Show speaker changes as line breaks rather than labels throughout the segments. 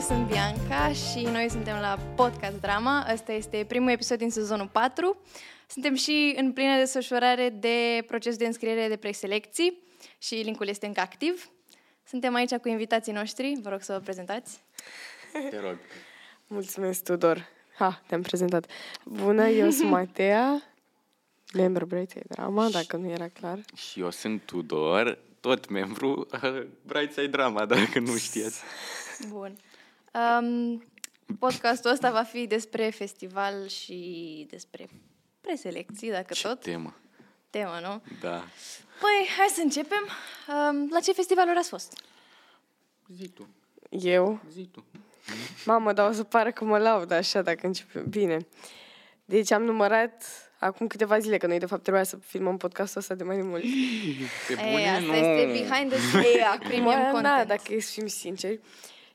sunt Bianca și noi suntem la Podcast Drama. Asta este primul episod din sezonul 4. Suntem și în plină desfășurare de proces de înscriere de preselecții și linkul este încă activ. Suntem aici cu invitații noștri, vă rog să vă prezentați.
Te rog.
Mulțumesc, Tudor. Ha, te-am prezentat. Bună, eu sunt Matea. Member Brăiței Drama, dacă nu era clar.
Și eu sunt Tudor, tot membru uh, Bright Side Drama, dacă nu știați.
Bun. Um, podcastul ăsta va fi despre festival și despre preselecții, dacă
Ce
tot.
temă.
Temă, nu?
Da.
Păi, hai să începem. Um, la ce festivaluri ați fost?
Zi tu,
Eu?
zi tu.
Mamă, dar o să pară că mă laud așa dacă încep. Bine. Deci am numărat acum câteva zile, că noi de fapt trebuia să filmăm podcastul ăsta de mai mult.
Pe bune,
Ei, asta
nu.
este behind the scenes. premium
Mă,
content.
Da, dacă e să fim sinceri.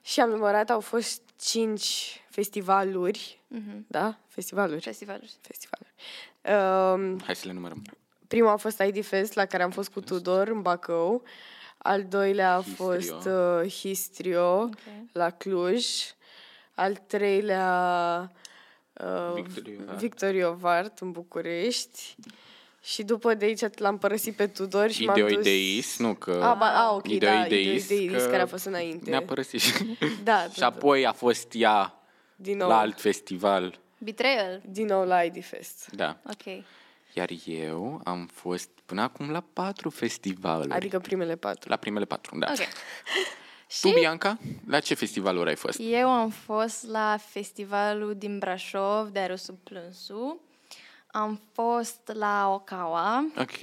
Și am numărat, au fost cinci festivaluri, da? Festivaluri.
Festivaluri.
Festivaluri. Um,
Hai să le numărăm.
Primul a fost ID Fest, la care am fost cu Tudor în Bacău. Al doilea a
Histrio.
fost uh, Histrio la Cluj. Al treilea uh,
Victoriovar.
Victoriovart în București. Și după de aici l-am părăsit pe Tudor și Deci m-am dus...
Ideoideis, nu că...
Ah, ba, ah, ok, da,
Ideoideis,
Ideoideis,
că
care a fost înainte.
Ne-a părăsit și...
Da,
și apoi a fost ea
din nou,
la alt festival.
Betrayal.
din nou la ID Fest.
Da.
Ok.
Iar eu am fost până acum la patru festivaluri.
Adică primele patru.
La primele patru, da.
Ok.
Tu,
Și
Bianca, la ce festivaluri ai fost?
eu am fost la festivalul din Brașov de Aerosul Plânsu. Am fost la Ocawa
Ok.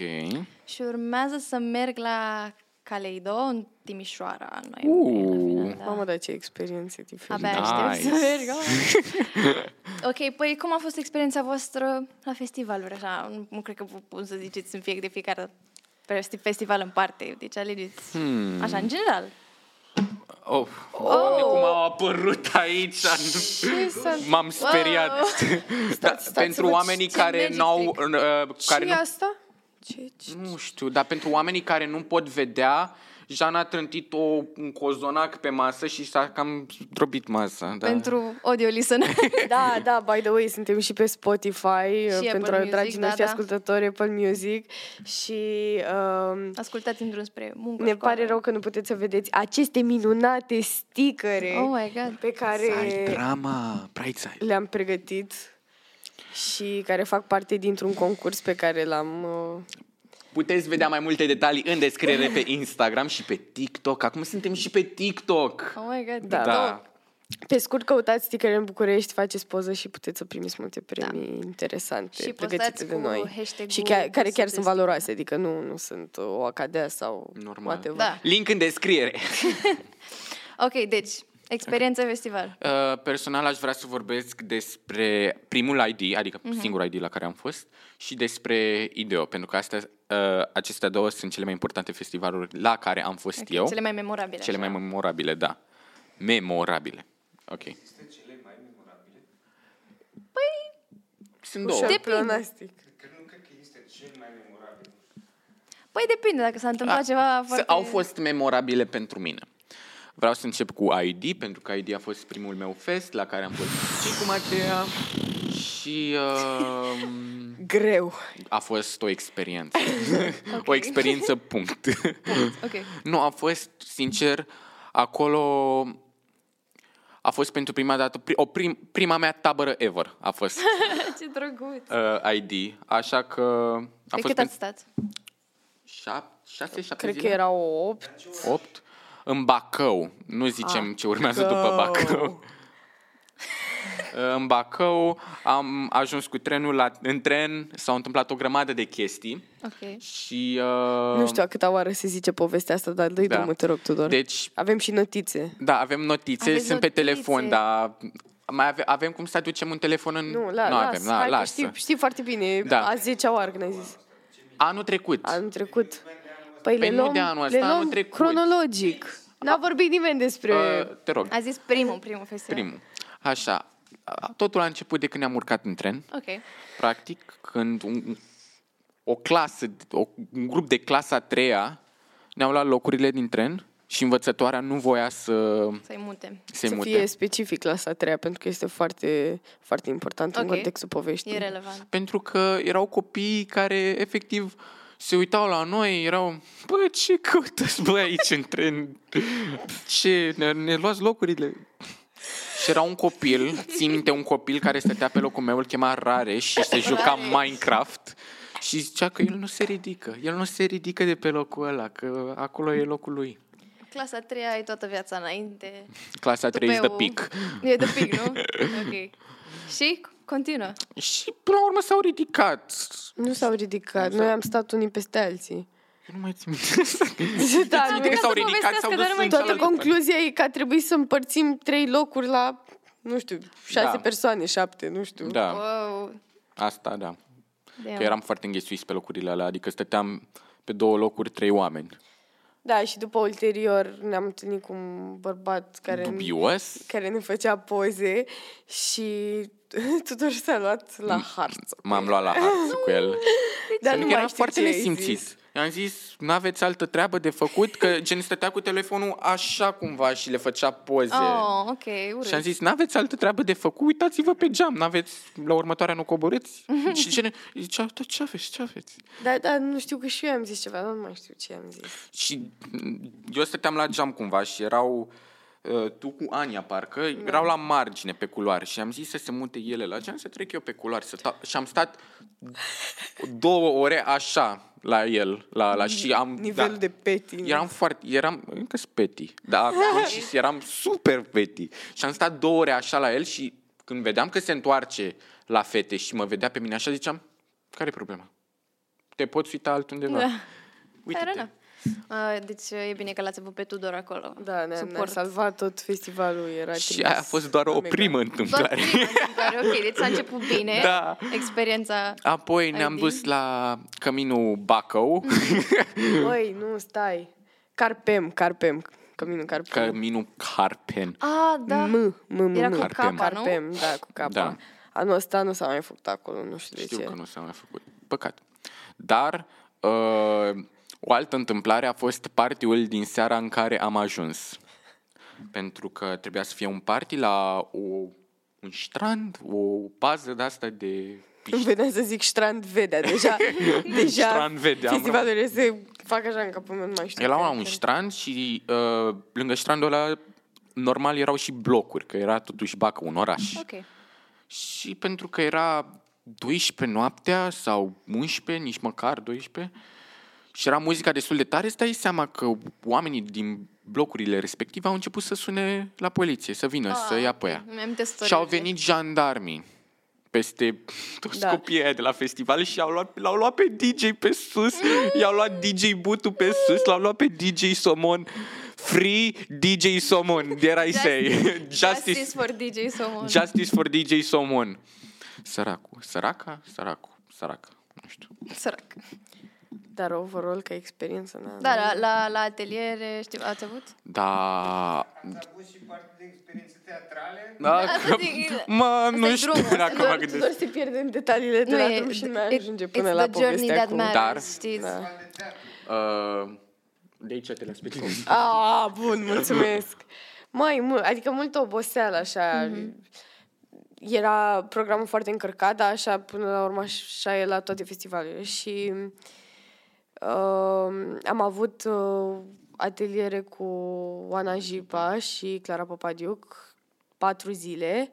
și urmează să merg la Caleido în Timișoara. în noiembrie, la
Uh.
final, da.
Mamă, dar ce experiențe diferite.
Abia aștept să
Nice.
merg. oh. ok, păi cum a fost experiența voastră la festivaluri? Așa, nu, nu cred că vă pun să ziceți în fie de fiecare festi- festival în parte. Deci alegeți hmm. așa, în general.
Oh, Doamne, cum au apărut aici! M-am speriat! da,
stați să
pentru
văd
oamenii
ce
care
merge
n-au... Uh, care
ce
nu,
e asta? Ce, ce?
nu știu, dar pentru oamenii care nu pot vedea, Jean a trântit o, un cozonac pe masă și s-a cam zdrobit masa. Da.
Da. Pentru audio listener.
Da, da, by the way, suntem și pe Spotify și pentru
Apple Music,
dragii
da,
noștri
da.
ascultători Apple Music și um,
Ascultați în drum spre muncă.
ne
școală.
pare rău că nu puteți să vedeți aceste minunate stickere
Oh my God.
pe care
Side drama, bright side.
le-am pregătit și care fac parte dintr-un concurs pe care l-am... uh,
Puteți vedea mai multe detalii în descriere pe Instagram și pe TikTok. Acum suntem și pe TikTok.
Oh my god.
Da.
da.
Pe scurt, căutați stickere în București, faceți poză și puteți să primiți multe premii da. interesante
Și
pregătite
postați
de
cu
noi.
hashtag-ul
Și chiar, care chiar
sugesti-
sunt valoroase, adică nu, nu sunt uh, o acadea sau
Normal.
whatever.
Da.
Link în descriere.
Ok, deci, experiență festival.
Uh, personal aș vrea să vorbesc despre primul ID, adică uh-huh.
Mhm.
singurul ID la care am fost, și despre IDEO, pentru că astea, uh, acestea două sunt cele mai importante festivaluri la care am fost okay, eu.
Cele mai memorabile.
cele
așa.
mai memorabile, da. Memorabile. Ok. Există cele mai memorabile? Păi... Sunt două.
Ușor
Depinde.
pleonastic.
Păi depinde dacă s-a întâmplat
Da.
ceva
S-
foarte...
Au fost memorabile pentru mine. Vreau să încep cu ID, pentru că ID a fost primul meu fest la care am fost și cu Matea și uh,
Greu.
a fost o experiență. o experiență punct.
Ok.
nu, a fost, sincer, acolo a fost pentru prima dată, pri- o prim, prima mea tabără ever a fost
Ce drăguț.
uh, ID, așa că a
De
fost
cât
pentru
ați stat?
șap- șase, șapte
Cred că
zile?
era o 8.
Uh. 8 în Bacău. Nu zicem ah, ce urmează după Bacău. în Bacău am ajuns cu trenul la, în tren, s-au întâmplat o grămadă de chestii
Ok.
și uh,
Nu știu a câta oară se zice povestea asta, dar dă-i
Da.
da. drumul, te rog, Tudor.
Deci,
Avem și notițe.
da, avem
Aveți
notițe, Aveți sunt
notițe.
pe telefon, dar mai ave, avem cum să aducem un telefon în
Nu, la,
nu
las,
avem,
hai
la,
că
lasă.
Știi, știi foarte bine,
Da.
da. a 10-a oară când ai zis.
Anul trecut.
Anul trecut.
Păi
Păi le
nu
luăm,
de anul ăsta,
le luăm
anul trecut.
cronologic. N-a vorbit nimeni despre...
Uh, te rog,
A zis primul, primul festival.
primul. Așa. Totul a început de când ne-am urcat în tren.
Ok.
practic, când un, o clasă, o, un grup de clasa a treia ne-au luat locurile din tren și învățătoarea nu voia să
Să-i mute.
se
să
mute.
fie specific clasa a treia, pentru că este foarte, foarte important în
Ok.
contextul poveștii.
E relevant.
Pentru că erau copii care efectiv se uitau la noi, erau, bă, ce căutați, bă, aici în tren? Ce, ne, ne luați locurile? Și era un copil, țin minte un copil care stătea pe locul meu, îl chema Rareș și se juca
Rareș.
Minecraft și zicea că el nu se ridică, el nu se ridică de pe locul ăla, că acolo e locul lui.
Clasa a treia e toată viața înainte.
Clasa 3 de
Tupeu.
pic.
E de pic, nu? Ok. Și
Da,
continuă.
Și până la urmă s-au ridicat.
Nu s-au ridicat, noi am stat unii peste alții.
Eu nu mai țin minte.
da,
nu
nu
e-
Că
e-
s-au
Deci, să
ridicat, s-au
povestească,
dus
dar nu mai
în
țin
Toată
cealaltă parte.
concluzia e că a trebuit să împărțim trei locuri la, nu știu, șase
Da.
persoane, șapte, nu știu.
Da.
Wow.
Asta, da.
Damn.
Că eram foarte înghesuiți pe locurile alea, adică stăteam pe două locuri trei oameni.
Da, și după ulterior ne-am întâlnit cu un bărbat care,
Dubios?
care ne făcea poze și Tudor s-a luat la harță.
M-am luat la harță cu el.
Dar
Pentru Mm. Păi că
nu mai
eram
știu ce
foarte
ai zis.
nesimțit. I-am zis, n-aveți altă treabă de făcut? Că gen stătea cu telefonul așa cumva și le făcea poze.
Oh, ok,
Și am
urât.
zis, n-aveți altă treabă de făcut? Uitați-vă pe geam, n-aveți, la următoarea nu coborâți? și gen, zicea, da, ce aveți, ce aveți?
Da, da, nu știu că și eu am zis ceva, dar nu mai știu ce am zis.
Și mm, eu stăteam la geam cumva și erau uh, tu cu Ania, parcă, erau la margine pe culoare și am zis să se mute ele la geam, să trec eu pe culoare. Să ta- și am stat două ore așa la el, la, la și am... da,
Nivelul de petty.
Eram foarte, eram, încă sunt peti, dar atunci eram super peti. Și am stat două ore așa la el și când vedeam că se întoarce la fete și mă vedea pe mine așa, ziceam, care e problema? Te poți uita altundeva.
Da.
Uite-te.
Fair enough. Uh, Deci uh, e bine că l-ați avut pe Tudor acolo.
Da, ne-a, ne-a
Suport.
salvat tot festivalul. Era
Și
trimis.
aia a fost doar o
Omega.
primă
Doar
întâmplare.
prima întâmplare, ok, deci s-a început bine.
Da.
Experiența...
Apoi ne-am
Ai
dus la Căminul Bacău,
Băi, nu, stai. Carpem, carpem. Căminul carpem.
Căminul Carpen.
A, da.
M, m, m,
Era
m.
cu
Carpem.
capa, nu?
Carpem, da, cu capa.
Da.
Anul ăsta nu s-a mai făcut acolo, nu știu,
Știu
de ce.
că nu s-a mai făcut. Păcat. Dar uh, o altă întâmplare a fost partiul din seara în care am ajuns. Pentru că trebuia să fie un party la o, un strand, o bază de asta de
Îmi
piscină.
vedeam să zic Strand Vedea, deja, deja
Strand Vedea, am
festivalul rămas. se fac așa în capul meu, nu mai știu.
Era la
care-
un strand și uh, lângă strandul ăla normal erau și blocuri, că era totuși Bacău, un oraș.
Ok.
Și pentru că era 12 noaptea sau 11, nici măcar 12, și era muzica destul de tare, îți dai seama că oamenii din blocurile respective au început să sune la poliție, să vină, să
Ah,
ia pe ea.
Mi-am testat.
Și au venit jandarmii peste toți da.
Da.
copiii aia de la festival și au luat, l-au luat pe DJ pe sus, i-au luat DJ Butu pe sus, l-au luat pe DJ Somon. Free DJ Somon, dare I say.
Justice, Justice for DJ Somon.
Justice for DJ Somon. Săracul. Săraca? Săracul. Săraca. Nu știu.
Sărac.
Dar overall, ca experiență, n-am.
Da, la, la, la ateliere, știu, ați avut?
Da...
Ați avut și parte de experiențe teatrale?
da
Asta zic-
mă, nu
e
știu
drumul,
până acum
doar-
mă
Doar, doar
gândesc.
se pierde în detaliile de
Nu
la
e-
drum și nu mai
it-
ajunge până
it's
la
the journey
povestea
that
acum.
matters,
Dar-
știți?
Da.
Festival de teatru.
Uh, de aici te las pe tine.
A, Da. Ah, bun, mulțumesc. Mai mult, adică multă oboseală, așa.
Mm-hmm.
Era programul foarte încărcat, dar așa, până la urmă, așa e la toate festivalurile. Și uh, am avut uh, ateliere cu Oana Jipa și Clara Papadiuc, patru zile.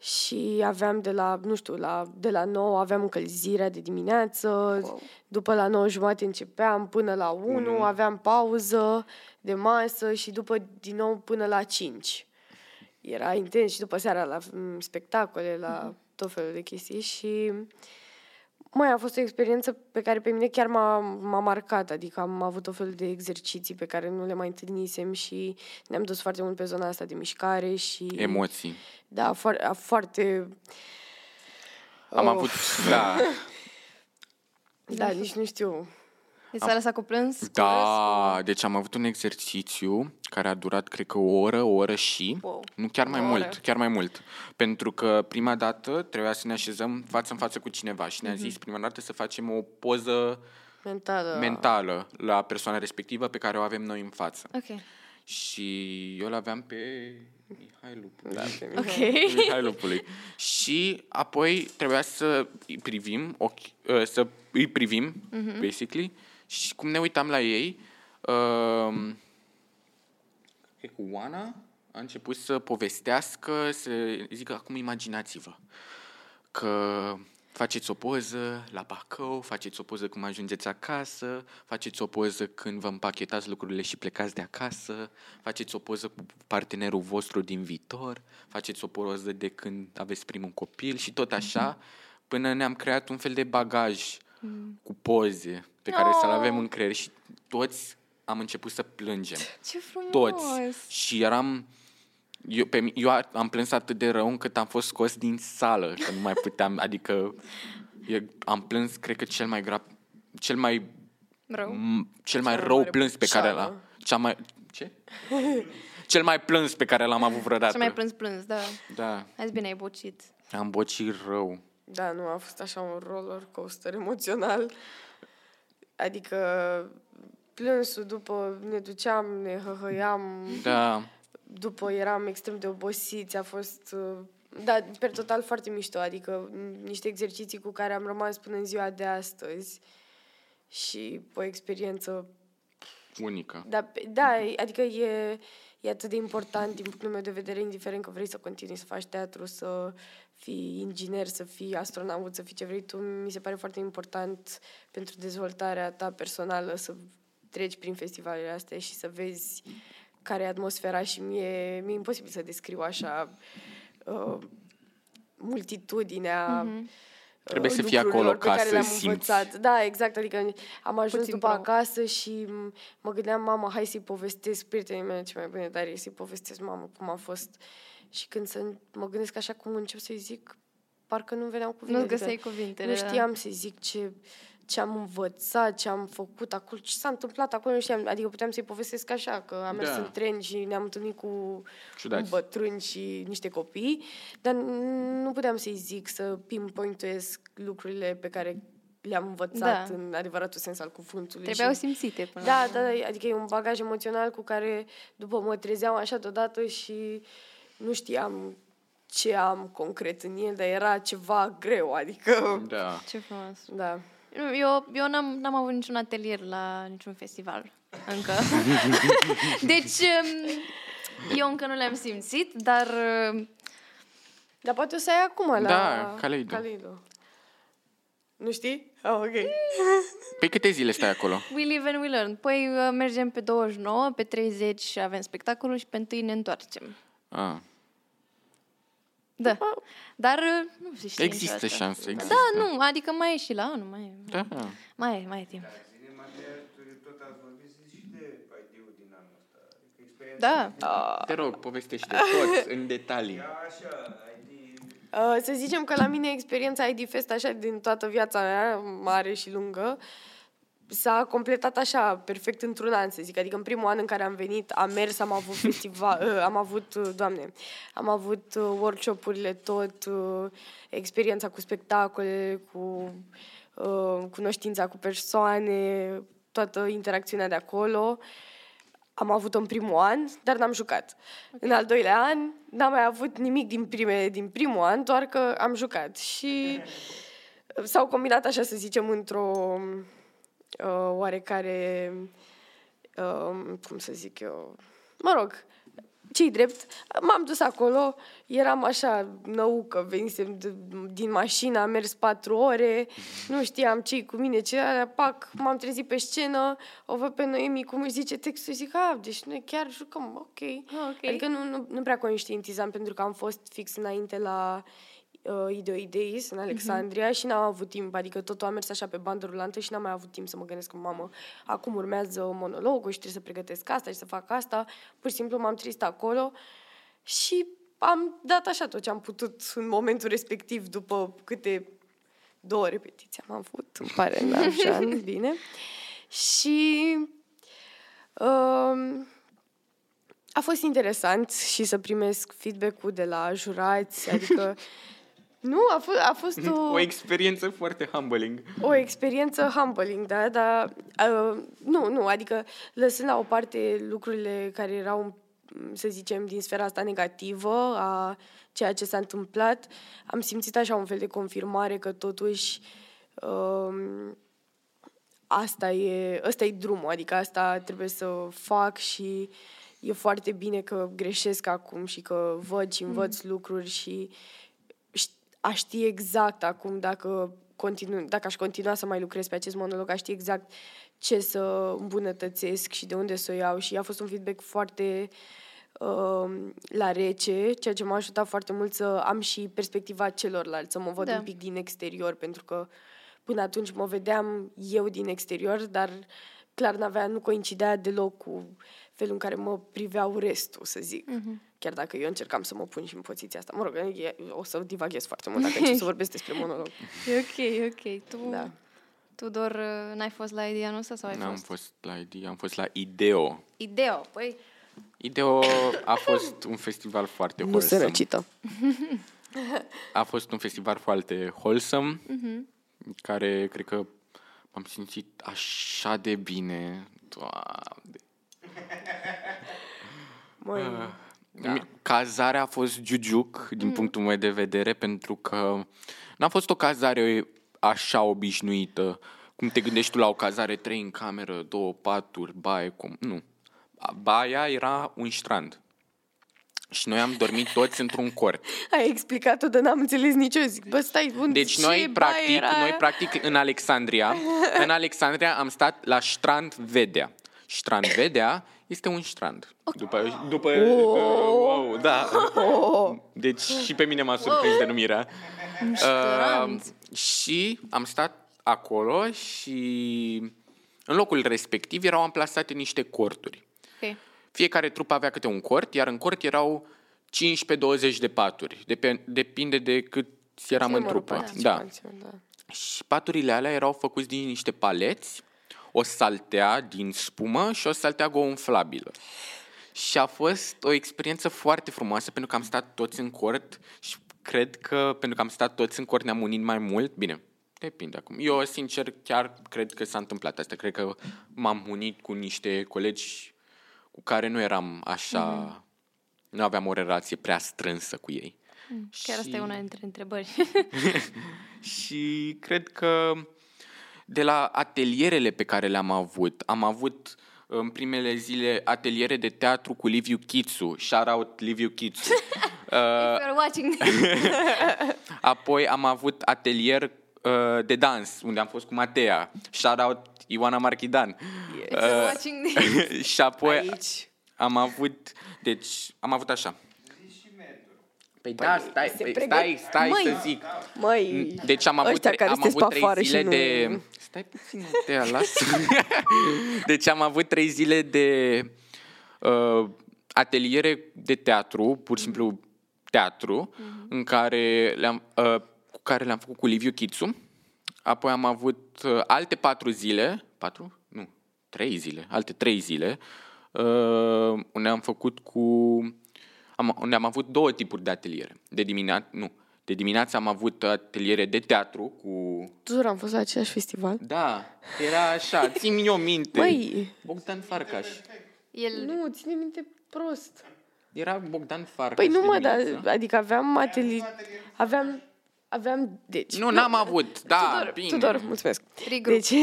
Și aveam de la, nu știu, la, de la 9 aveam încălzirea de dimineață, wow. după la 9 jumate începeam, până la 1 mm. aveam pauză de masă și după din nou până la 5. Era intens și după seara la mm, spectacole, la tot felul de chestii și mai a fost o experiență pe care pe mine chiar m-a, m-a marcat, adică am avut o fel de exerciții pe care nu le mai întâlnisem și ne-am dus foarte mult pe zona asta de mișcare și...
Emoții.
Oh.
Da, foar- a- foarte...
Am avut, da,
Da, nici nu știu.
I s-a lăsat cu plâns? cu râs,
da, deci am avut un exercițiu care a durat, cred că, o oră, o oră și,
Wow.
nu chiar mai
O oră.
mult, chiar mai mult. Pentru că prima
Mhm.
dată trebuia să ne așezăm față în față cu cineva și ne-a zis prima dată să facem o poză
Da.
Mentală.
mentală la persoana respectivă pe care o avem noi în față.
Ok.
Și eu l-aveam pe Mihai Lupu.
Da, pe mine.
Ok.
Mihai Lupului. Și apoi trebuia să îi privim, ochi, uh, să îi privim, uh-huh. basically, și cum ne uitam la ei, uh, cred că Oana a început să povestească, să zică, acum imaginați-vă că faceți o poză la Bacău, faceți o poză când ajungeți acasă, faceți o poză când vă împachetați lucrurile și plecați de acasă, faceți o poză cu partenerul vostru din viitor, faceți o poză de când aveți primul copil și tot așa, până ne-am creat un fel de bagaj cu poze pe care să-l avem în creier și toți am început să plângem
Ce frumos!
toți. Și eram... Eu, pe, mi- eu a- am plâns atât de rău încât am fost scos din sală, că nu mai puteam, adică eu, am plâns, cred că cel mai grav, cel mai,
Rău.
m- cel mai
mai
rău
mare
plâns pe care
pșeală.
l-am,
da.
cea mai, ce? cel mai plâns pe care l-am avut vreodată.
Ce mai plâns, plâns, da.
Da,
Azi bine ai bocit.
am bocit rău.
Da, nu, a fost așa un roller coaster emoțional. Adică plânsul după ne duceam, ne hăhăiam,
Da,
după eram extrem de obosiți, a fost... uh, Da, pe total foarte mișto, adică m, niște exerciții cu care am rămas până în ziua de astăzi și o experiență...
unică.
Da, pe- da e- adică e, e atât de important din punctul meu de vedere, indiferent că vrei să continui să faci teatru, să fii inginer, să fii astronaut, să fii ce vrei tu, mi se pare foarte important pentru dezvoltarea ta personală să treci prin festivalurile astea și să vezi care e atmosfera și mie mi-e imposibil să descriu așa uh, multitudinea mm-hmm.
Mhm. Trebuie să fii acolo ca să simți.
Da, exact, adică am ajuns
Puțin
după
plouă.
acasă și m- mă gândeam, mama, hai să-i povestesc prietenii mele ce mai bine, dar e să-i povestesc mama cum a fost. Și când să mă gândesc așa cum încep să-i zic, parcă nu veneau cuvinte.
Nu-ți
adică-
găseai cuvintele.
nu
da.
știam să zic ce, ce am învățat, ce am făcut acolo, ce s-a întâmplat acolo, nu știam. Adică puteam să-i povestesc așa, că am mers
Da.
în tren și ne-am întâlnit cu
Ciudați.
un bătrân și niște copii, dar nu puteam să-i zic, să pinpointuiesc lucrurile pe care le-am învățat
Da.
da. în adevăratul sens al cuvântului.
Trebuiau
și...
simțite până la
Da,
urmă.
da, da, adică e un bagaj emoțional cu care după mă trezeam așa deodată și nu știam ce am concret în el, dar era ceva greu, adică...
Da.
Ce frumos.
Da.
Nu, Mm, Eu, eu n-am, n-am avut niciun atelier la niciun festival încă. deci, um, eu încă nu le-am simțit, dar um,
Dar poate o să ai acum la...
Da, Kaleido.
Kaleido. Nu știi? Ah, ok.
Pe câte zile stai acolo?
we live and we learn. Păi uh, mergem pe 29, pe 30 și avem spectacolul și pe 1 ne întoarcem.
Ah.
Da. Dar uh, nu se știe
Există
niciodată.
șanse, există.
Da, nu, adică mai e și la anul, mai e,
Da.
mai e, mai e timp.
Zine, Matea, tu tot ați vorbit zi și de ID-ul din anul ăsta. Adică experiența
Da,
Te rog, povestește tot în detalii.
era așa, ID...
Uh, să zicem că la mine experiența ID Fest, așa, din toată viața mea, mare și lungă, s-a completat așa, perfect într-un an, să zic. Adică în primul an în care am venit, am mers, am avut festival, am avut, uh, doamne, am avut uh, workshop-urile tot, uh, experiența cu spectacole, cu uh, cunoștința cu persoane, toată interacțiunea de acolo. Am avut-o în primul an, dar n-am jucat. Okay. În al doilea an n-am mai avut nimic din, prime, din primul an, doar că am jucat. Și s-au combinat, așa să zicem, într-o uh, oarecare, uh, cum să zic eu, mă rog, ce drept, m-am dus acolo, eram așa năucă, venisem de, din mașină, am mers patru ore, nu știam ce cu mine, ce alea, pac, m-am trezit pe scenă, o văd pe Noemi cum își zice textul, zic, a, deci noi chiar jucăm, ok.
Ah, ok.
Adică nu, nu, nu prea conștientizam, pentru că am fost fix înainte la uh, Ideoideis, în Alexandria, și n-am avut timp, adică totul a mers așa pe bandă rulantă și n-am mai avut timp să mă gândesc cu mamă. Acum urmează monologul și trebuie să pregătesc asta și să fac asta. Pur și simplu m-am trist acolo și am dat așa tot ce am putut în momentul respectiv, după câte două repetiții am avut, îmi pare, în alt an, bine. Și um, a fost interesant și să primesc feedback-ul de la jurați, adică Nu, a, f- a fost
Oh.
o,
O experiență foarte humbling.
o experiență humbling, da, dar uh, nu, nu, adică lăsând la o parte lucrurile care erau, m, să zicem, din sfera asta negativă a ceea ce s-a întâmplat, am simțit așa un fel de confirmare că totuși um, asta e, ăsta e drumul, adică asta trebuie să fac și e foarte bine că greșesc acum și că văd și învăț mm. lucruri și ș- aș ști exact acum dacă, continu, dacă aș continua să mai lucrez pe acest monolog, aș ști exact ce să îmbunătățesc și de unde să o iau și a fost un feedback foarte um, la rece, ceea ce m-a ajutat foarte mult să am și perspectiva celorlalți, să mă văd
Da.
da. un pic din exterior, pentru că până atunci mă vedeam eu din exterior, dar clar n-avea, nu coincidea deloc cu felul în care mă priveau restul, să zic. Mm-hmm. Chiar dacă eu încercam să mă pun și în poziția asta. Mă rog, e, o să divaghez foarte mult dacă încep să vorbesc despre monolog.
E ok, e ok. Tu, da.
Da.
Tudor, uh, n-ai fost la ideea noastră sau ai
N-am
fost?
fost la ID, am fost la Ideo.
Ideo, păi,
Ideo a fost un festival foarte
Nu se
wholesome.
răcită.
A fost un festival foarte wholesome,
Mhm.
care cred că m-am simțit așa de bine. Doamne.
Măi,
Da. Cazarea a fost giugiuc din punctul meu de vedere pentru că n-a fost o cazare așa obișnuită. Cum te gândești tu la o cazare, trei în cameră, două paturi, baie, cum? Nu. A- Baia era un strand. Și noi am dormit toți într-un cort.
ai explicat-o, dar n-am înțeles nici eu. Zic, bă, stai, unde
Deci
ce
noi
baie
practic,
era
noi
aia?
practic în Alexandria, în Alexandria am stat la Strand Vedea. Strand Vedea este un strand. După, după oh. wow, da. Deci și pe mine m-a surprins denumirea.
strand.
Uh, și am stat acolo și în locul respectiv erau amplasate niște corturi.
ok.
Fiecare trupă avea câte un cort, iar în cort erau 15-20 de paturi. Depe- depinde de cât eram în
Numărul
trupă. Da.
participanților, da.
Și paturile alea erau făcuți din niște paleți, o saltea din spumă și o saltea gonflabilă. Și a fost o experiență foarte frumoasă pentru că am stat toți în cort și cred că pentru că am stat toți în cort ne-am unit mai mult. Bine, depinde acum. Eu, sincer, chiar cred că s-a întâmplat asta. Cred că m-am unit cu niște colegi cu care nu eram așa... Mm-hmm. Nu aveam o relație prea strânsă cu ei.
Chiar asta e
Și- Uh,
una dintre întrebări.
și cred că de la atelierele pe care le-am avut, am avut în primele zile ateliere de teatru cu Liviu Chitsu, shout out Liviu Chitsu.
If you're watching this.
Apoi am avut atelier uh, de dans, unde am fost cu Matea, shout out Ioana Marchidan.
If you're
uh,
watching this.
și apoi
Aici.
am avut, deci am avut așa. Păi da, stai,
se
păi
pregăt-
stai, stai
Măi,
să zic.
Măi,
Deci am avut,
ăștia
tre-
care
am
sunteți
avut
pe
trei
afară și
zile
nu-
de... Stai puțin, te lasă. deci am avut trei zile de uh, ateliere de teatru, pur și simplu teatru, în care le-am, uh, cu care le-am făcut cu Liviu Chitsu. Apoi am avut uh, alte patru zile, patru? Nu, trei zile, alte trei zile, uh, unde am făcut cu am, unde am avut două tipuri de ateliere. De dimineață, nu. De dimineață am avut ateliere de teatru cu...
tuturor am fost la același festival.
Da, era așa, țin eu minte.
Măi,
Bogdan Farcaș.
El
nu, ține minte prost.
Era Bogdan Farcaș.
Păi nu
de
mă,
dimineață.
dar, adică aveam atelier, aveam, aveam, deci...
Nu, n-am avut, da,
Tudor,
bine.
Tudor, mulțumesc.
regrup.
Deci,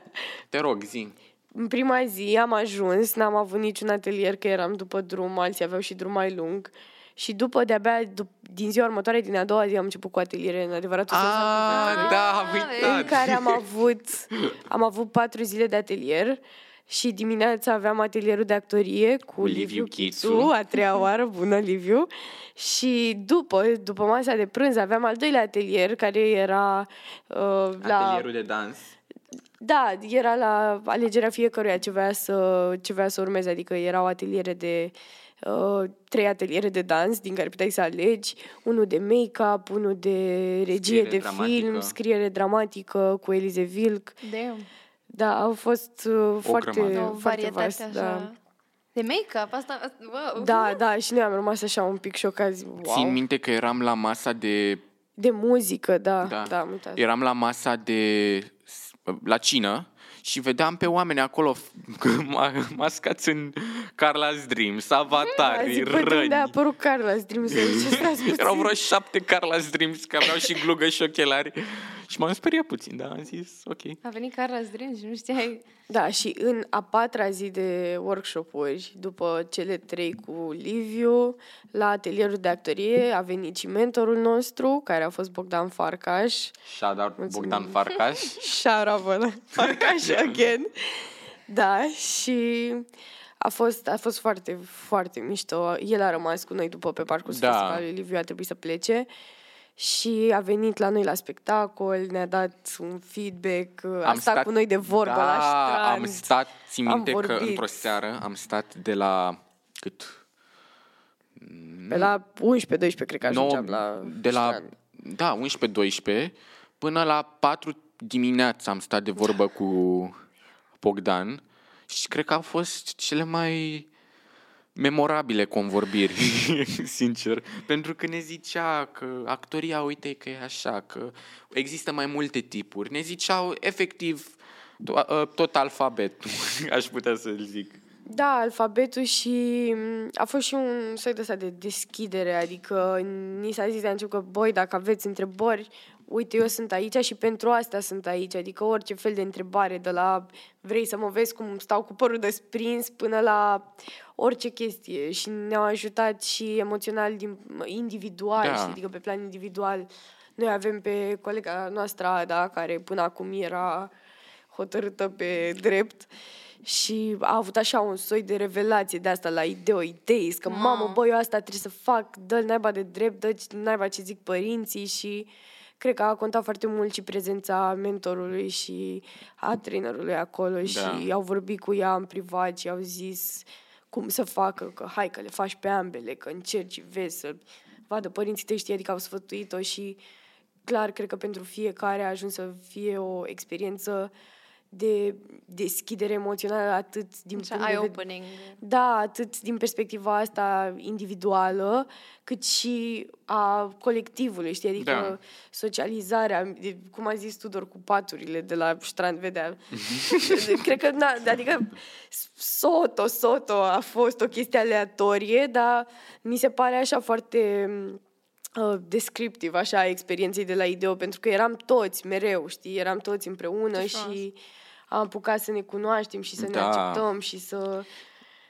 Te rog, zi.
în prima zi am ajuns, n-am avut niciun atelier, că eram după drum, alții aveau și drum mai lung. Și după, de-abia, dup- din ziua următoare, din a doua zi, am început cu ateliere, în adevăratul sens al cuvântului.
Ah, da, am
da.
în
uitat.
care am avut, am avut patru zile de atelier și dimineața aveam atelierul de actorie cu
Liviu
Liviu
Chitsu.
Chitsu, a treia oară, bună Liviu, și după, după masa de prânz aveam al doilea atelier care era uh, la
Atelierul de dans.
da, era la alegerea fiecăruia ce voia să, ce voia să urmeze, adică erau ateliere de uh, trei ateliere de dans din care puteai să alegi, unul de make-up, unul de regie
Scriere
de
dramatică.
film, scriere dramatică cu Elize Vilc.
Damn.
Da, au fost uh, foarte,
grămadă.
O
foarte
varietate
vast,
așa. Uh-huh.
da.
De make-up, asta... Wow.
Da, da, și noi am rămas așa un pic șocați. Wow. Da.
Țin minte că eram la masa de
De muzică, da.
Da.
Da, da am uitat.
Eram la masa de... la cină și vedeam pe oameni acolo f- ma- mascați în Carla's Dreams,
Azi,
avatari,
bă, de unde a
răni.
apărut Carla? Dreams aici? Stați puțin.
Erau vreo șapte Carla's Dreams care aveau și glugă și ochelari. Și m-am speriat puțin, dar am zis, ok.
A venit Carla Zdrin și nu știai...
Da, și în a patra zi de workshop-uri, după cele trei cu Liviu, la atelierul de actorie a venit și mentorul nostru, care a fost Bogdan Farcaș.
Shout-out
Mulțumim.
Bogdan Farcaș.
Shout out Farcaș again. Da, și a fost, a fost foarte, foarte mișto. El a rămas cu noi după pe parcursul
Da.
da. festivalului, Liviu a trebuit să plece. Și a venit la noi la spectacol, ne-a dat un feedback, a stat cu noi de vorbă
da,
la strand.
am stat, țin
am
minte că
vorbit.
într-o seară am stat de la cât?
Pe la 11-12 cred că ajungeam
Nouă-
la
de la
strand.
da, 11-12 până la 4 dimineața am stat de vorbă cu Bogdan și cred că au fost cele mai memorabile convorbiri, sincer, pentru că ne zicea că actoria, uite că e așa, că există mai multe tipuri. Ne ziceau efectiv to- ă, tot alfabetul, aș putea să-l zic.
Da, alfabetul și m, a fost și un soi de ăsta de deschidere, adică ni s-a zis de la început că, băi, dacă aveți întrebări, uite, eu sunt aici și pentru asta sunt aici, adică orice fel de întrebare, de la vrei să mă vezi cum stau cu părul desprins până la orice chestie și ne-au ajutat și emoțional, din, individual,
Da.
da. știi, adică pe plan individual. Noi avem pe colega noastră, Ada, care până acum era hotărâtă pe drept și a avut așa un soi de revelație de asta la ideo idei, că
Mamă.
mamă, bă, eu asta trebuie să fac, dă naiba de drept, dă naiba ce zic părinții și cred că a contat foarte mult și prezența mentorului și a trainerului acolo da. și au vorbit cu ea în privat și au zis cum să facă, că hai că le faci pe ambele, că încerci, vezi, să vadă părinții tăi, știi, adică au sfătuit-o și clar, cred că pentru fiecare a ajuns să fie o experiență de deschidere emoțională atât din
Așa,
punct de vedere...
eye-opening.
Da, atât din perspectiva asta individuală, cât și a colectivului, știi? Adică
Da.
da. socializarea, de- cum a zis Tudor, cu paturile de la Strand Vedea.
Mhm.
Cred că, na, adică soto, soto a fost o chestie aleatorie, dar mi se pare așa foarte uh, descriptiv, așa, a experienței de la IDEO, pentru că eram toți mereu, știi? Eram toți împreună
Ce
și am apucat să ne cunoaștem și să ne
Da.
acceptăm și să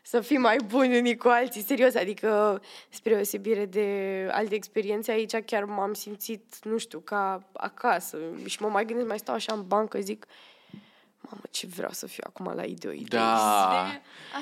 să fim mai buni unii cu alții, serios, adică spre osebire de alte experiențe aici chiar m-am simțit, nu știu, ca acasă și mă mai gândesc, mai stau așa în bancă, zic, mamă, ce vreau să fiu acum la ideo, ideo.
Da.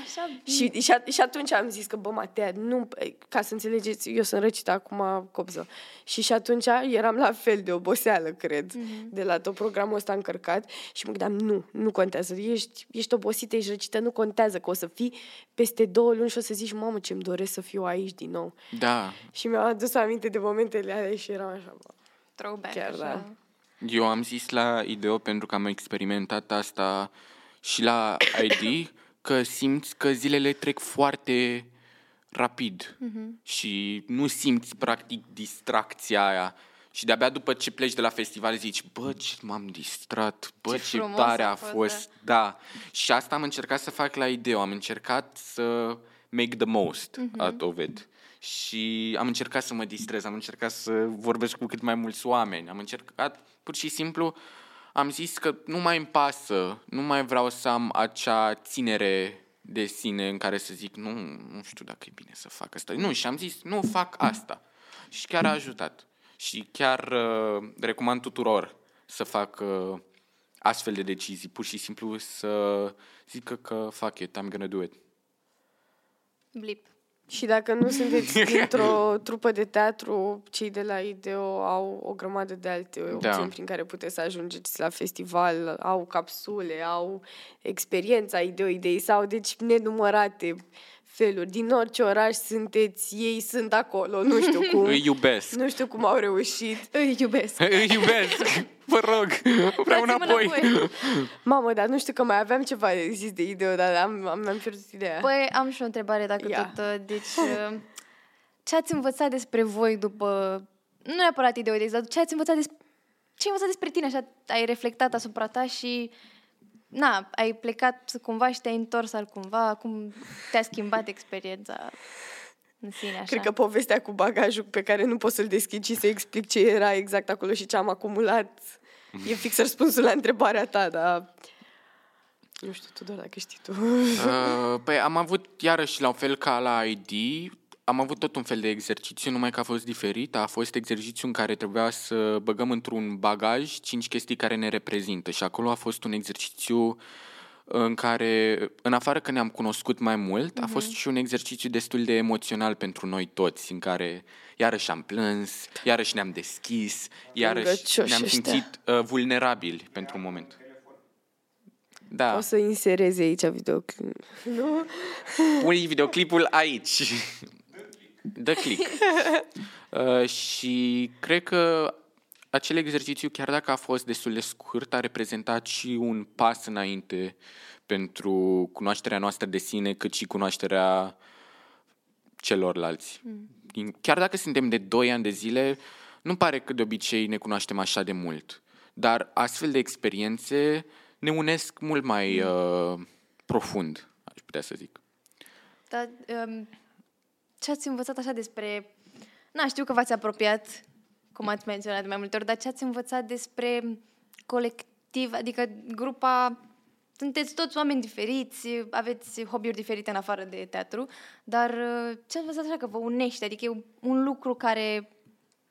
Așa
Și, și, at- și atunci am zis că, bă, Matea, nu, păi, ca să înțelegeți, eu sunt răcită acum copză. Și și atunci eram la fel de oboseală, cred, mm-hmm. de la tot programul ăsta încărcat și mă gândeam, nu, nu contează, ești, ești obosită, ești răcită, nu contează că o să fii peste două luni și o să zici, mamă, ce-mi doresc să fiu aici din nou.
Da,
Și mi-am adus aminte de momentele alea și eram așa, bă.
throwback,
Chiar,
așa.
da.
Eu am zis la IDEO pentru că am experimentat asta și la ID că simți că zilele trec foarte rapid
Mhm.
și nu simți practic distracția aia. Și de-abia după ce pleci de la festival zici, bă, ce m-am distrat, bă,
Ce
ce,
frumos
tare
a
a
fost,
fost. Da. Și asta am încercat să fac la IDEO, am încercat să make the most out of it. Și am încercat să mă distrez, am încercat să vorbesc cu cât mai mulți oameni, am încercat pur și simplu am zis că nu mai îmi pasă, nu mai vreau să am acea ținere de sine în care să zic nu, nu știu dacă e bine să fac asta. Nu, și am zis nu, fac asta. Și chiar a ajutat. Și chiar uh, recomand tuturor să facă astfel de decizii, pur și simplu să zică că fuck it, I'm gonna do it.
Blip.
Și dacă nu sunteți dintr-o trupă de teatru, cei de la IDEO au o grămadă de alte da. opțiuni prin care puteți să ajungeți la festival, au capsule, au experiența IDEO idei sau deci nenumărate feluri. Din orice oraș sunteți, ei sunt acolo, nu știu cum.
Îi iubesc.
nu știu cum au reușit.
Îi iubesc.
Îi iubesc. Vă rog, vreau
Dați-mă
înapoi.
înapoi.
Mamă, dar nu știu că mai aveam ceva de zis de IDEO, dar am, am, am pierdut ideea.
Păi am și o întrebare dacă
Ia.
tot... uh, Deci, uh, ce ați învățat despre voi după nu neapărat ideoidezi, dar ce ați învățat despre, ce ai învățat despre tine, așa ai reflectat asupra ta și na, ai plecat cumva și te-ai întors altcumva, cum te-a schimbat experiența în sine, așa.
Cred că povestea cu bagajul pe care nu pot să-l deschid și să explic ce era exact acolo și ce am acumulat e fix răspunsul la întrebarea ta, dar... Nu știu, Tudor, dacă știi tu.
Uh, păi am avut, iarăși, la fel ca la ID, am avut tot un fel de exercițiu, numai că a fost diferit. A fost exercițiu în care trebuia să băgăm într-un bagaj cinci chestii care ne reprezintă și acolo a fost un exercițiu în care, în afară că ne-am cunoscut mai mult, a fost și un exercițiu destul de emoțional pentru noi toți, în care iarăși am plâns, iarăși ne-am deschis, iarăși
Răngăcioși
ne-am
ăștia.
simțit uh, vulnerabili pentru un moment. Da.
O să inserezi aici videoclip. Nu?
Pui videoclipul aici. Dă click. Uh, și cred că acel exercițiu, chiar dacă a fost destul de scurt, a reprezentat și un pas înainte pentru cunoașterea noastră de sine, cât și cunoașterea celorlalți. Din- Chiar dacă suntem de 2 ani de zile, nu pare că de obicei ne cunoaștem așa de mult. Dar astfel de experiențe ne unesc mult mai uh, profund, aș putea să zic.
Dar um, ce ați învățat așa despre... Na, știu că v-ați apropiat, cum ați menționat de mai multe ori, dar ce ați învățat despre colectiv, adică grupa... Sunteți toți oameni diferiți, aveți hobby-uri diferite în afară de teatru, dar uh, ce ați învățat așa că vă unește? Adică e un lucru care...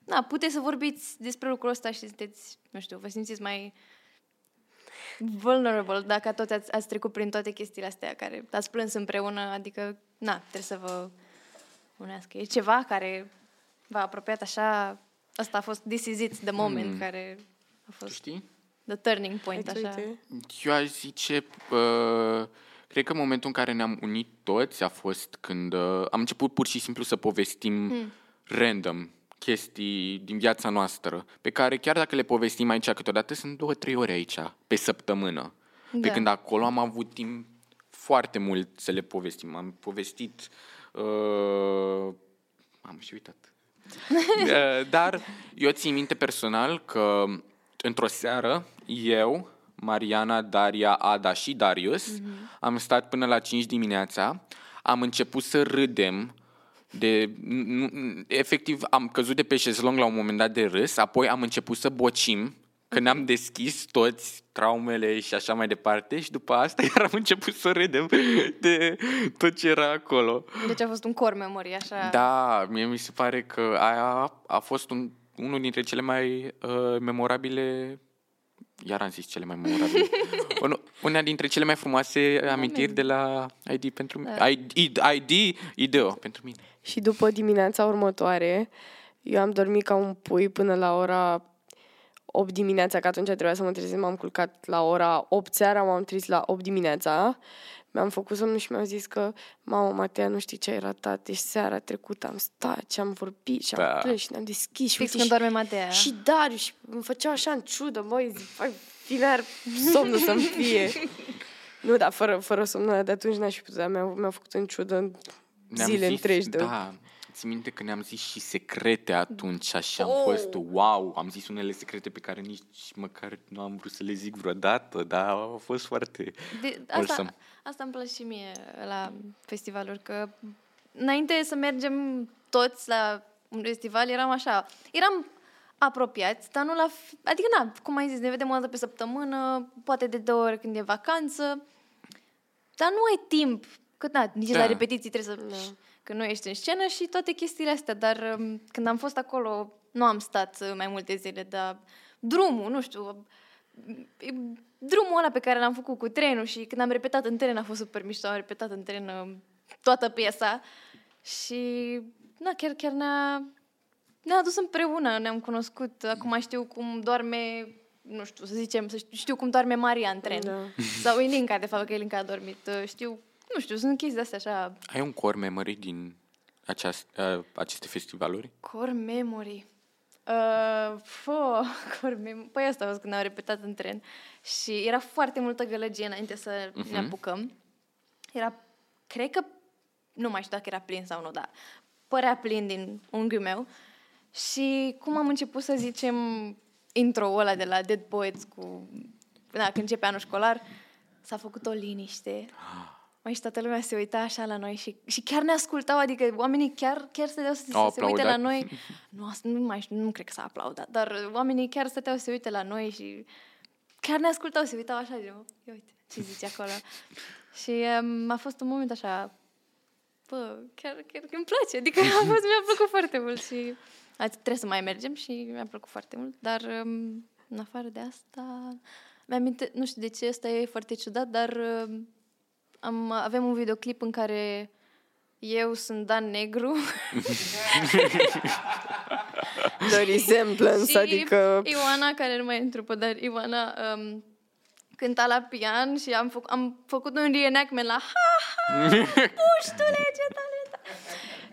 Na, puteți să vorbiți despre lucrul ăsta și sunteți, nu știu, vă simțiți mai vulnerable dacă toți ați, ați trecut prin toate chestiile astea care ați plâns împreună, adică, na, trebuie să vă unească. E ceva care v-a apropiat așa, asta a fost, this is it, the moment mm. care a
Tu
fost
știi?
the turning point,
Aici,
așa.
uite.
Eu aș zice, uh, cred că momentul în care ne-am unit toți a fost când uh, am început pur și simplu să povestim mm. random chestii din viața noastră, pe care chiar dacă le povestim aici câteodată, sunt două, trei ore aici, pe săptămână. Da. Pe
Da.
când acolo am avut timp foarte mult să le povestim. Am povestit... Uh, am și uitat. Uh, Dar eu țin minte personal că într-o seară eu, Mariana, Daria, Ada și Darius am stat până la 5 dimineața, am început să râdem de, nu- nu- efectiv am căzut de pe șezlong la un moment dat de râs, apoi am început să bocim că ne-am deschis toți traumele și așa mai departe și după asta iar am început să râdem de tot ce era acolo.
Deci a fost un core memory, așa.
Da, mie mi se pare că aia a fost un, unul dintre cele mai uh, memorabile, iar am zis cele mai memorabile, Un- una dintre cele mai frumoase amintiri de la ID pentru mine.
Da.
ID, ID, ideo oh, pentru mine.
Și după dimineața următoare, eu am dormit ca un pui până la ora 8 dimineața, că atunci trebuia să mă trezesc, m-am culcat la ora 8 seara, m-am trezit la 8 dimineața. Mi-am făcut somnul și mi-am zis că, mamă, Matea, nu știi ce ai ratat, deci seara trecută am stat și am vorbit și am
Da.
plâns și ne-am deschis. Și,
Fix
uite,
când doarme Matea.
și, și Dariu și îmi făcea așa în ciudă, măi, zic, "Vai, bine ar somnul să-mi fie. nu, dar fără, fără somnul de atunci n-aș fi putut, dar mi-a, mi-a făcut în ciudă în
Ne-am
zile
zis,
întregi de
Da, ți minte că ne-am zis și secrete atunci și am fost wow, am zis unele secrete pe care nici măcar nu am vrut să le zic vreodată, dar au fost foarte...
De,
Wholesome.
asta, asta îmi place și mie la festivaluri, că înainte să mergem toți la un festival, eram așa, eram apropiați, dar nu la... f- Adică, na, cum ai zis, ne vedem o dată pe săptămână, poate de două ori când e vacanță, dar nu ai timp, că na, nici
Da.
da. la repetiții trebuie să... Da. Că nu ești în scenă și toate chestiile astea, dar um, când am fost acolo, nu am stat uh, mai multe zile, dar drumul, nu știu, um, e- drumul ăla pe care l-am făcut cu trenul și când am repetat în tren a fost super mișto, am repetat în tren uh, toată piesa și na, chiar, chiar ne-a, ne-a adus împreună, ne-am cunoscut. Acum știu cum doarme, nu știu, să zicem, să știu, știu cum doarme Maria în tren.
Da.
Sau Ilinca, de fapt, că Ilinca a dormit. Uh, Știu, nu știu, sunt chestii astea așa,
Ai un core memory din aceast, uh, aceste festivaluri?
core memory. Uh, fo, core mem- păi asta a fost când am repetat în tren și era foarte multă gălăgie înainte să uh-huh. ne apucăm. Era, cred că, nu mai știu dacă era plin sau nu, dar părea plin din unghiul meu Și cum am început să zicem intro-ul ăla de la Dead Poets cu... Da, când începe anul școlar, s-a făcut o liniște. Mai și toată lumea se uita așa la noi și, și chiar ne ascultau, adică oamenii chiar, chiar stăteau să,
Au
să se uite la
aplaudat?
noi. Nu, asta nu, mai, nu cred că s-a aplaudat, dar oamenii chiar stăteau să se uite la noi și chiar ne ascultau, se uitau așa, de, ia uite ce zice acolo. și um, a fost un moment așa, bă, chiar, chiar că îmi place, adică a fost, mi-a plăcut foarte mult și a, trebuie să mai mergem și mi-a plăcut foarte mult, dar um, în afară de asta, mi-am nu știu de ce, asta e foarte ciudat, dar um, am, avem un videoclip în care eu sunt Dan Negru
The resemblance,
și
adică...
Ioana, care nu mai e în trupă, dar Ioana um, cânta la pian și am, făc, am făcut un reenactment la ha, ha, puștule, ce talent! ai!"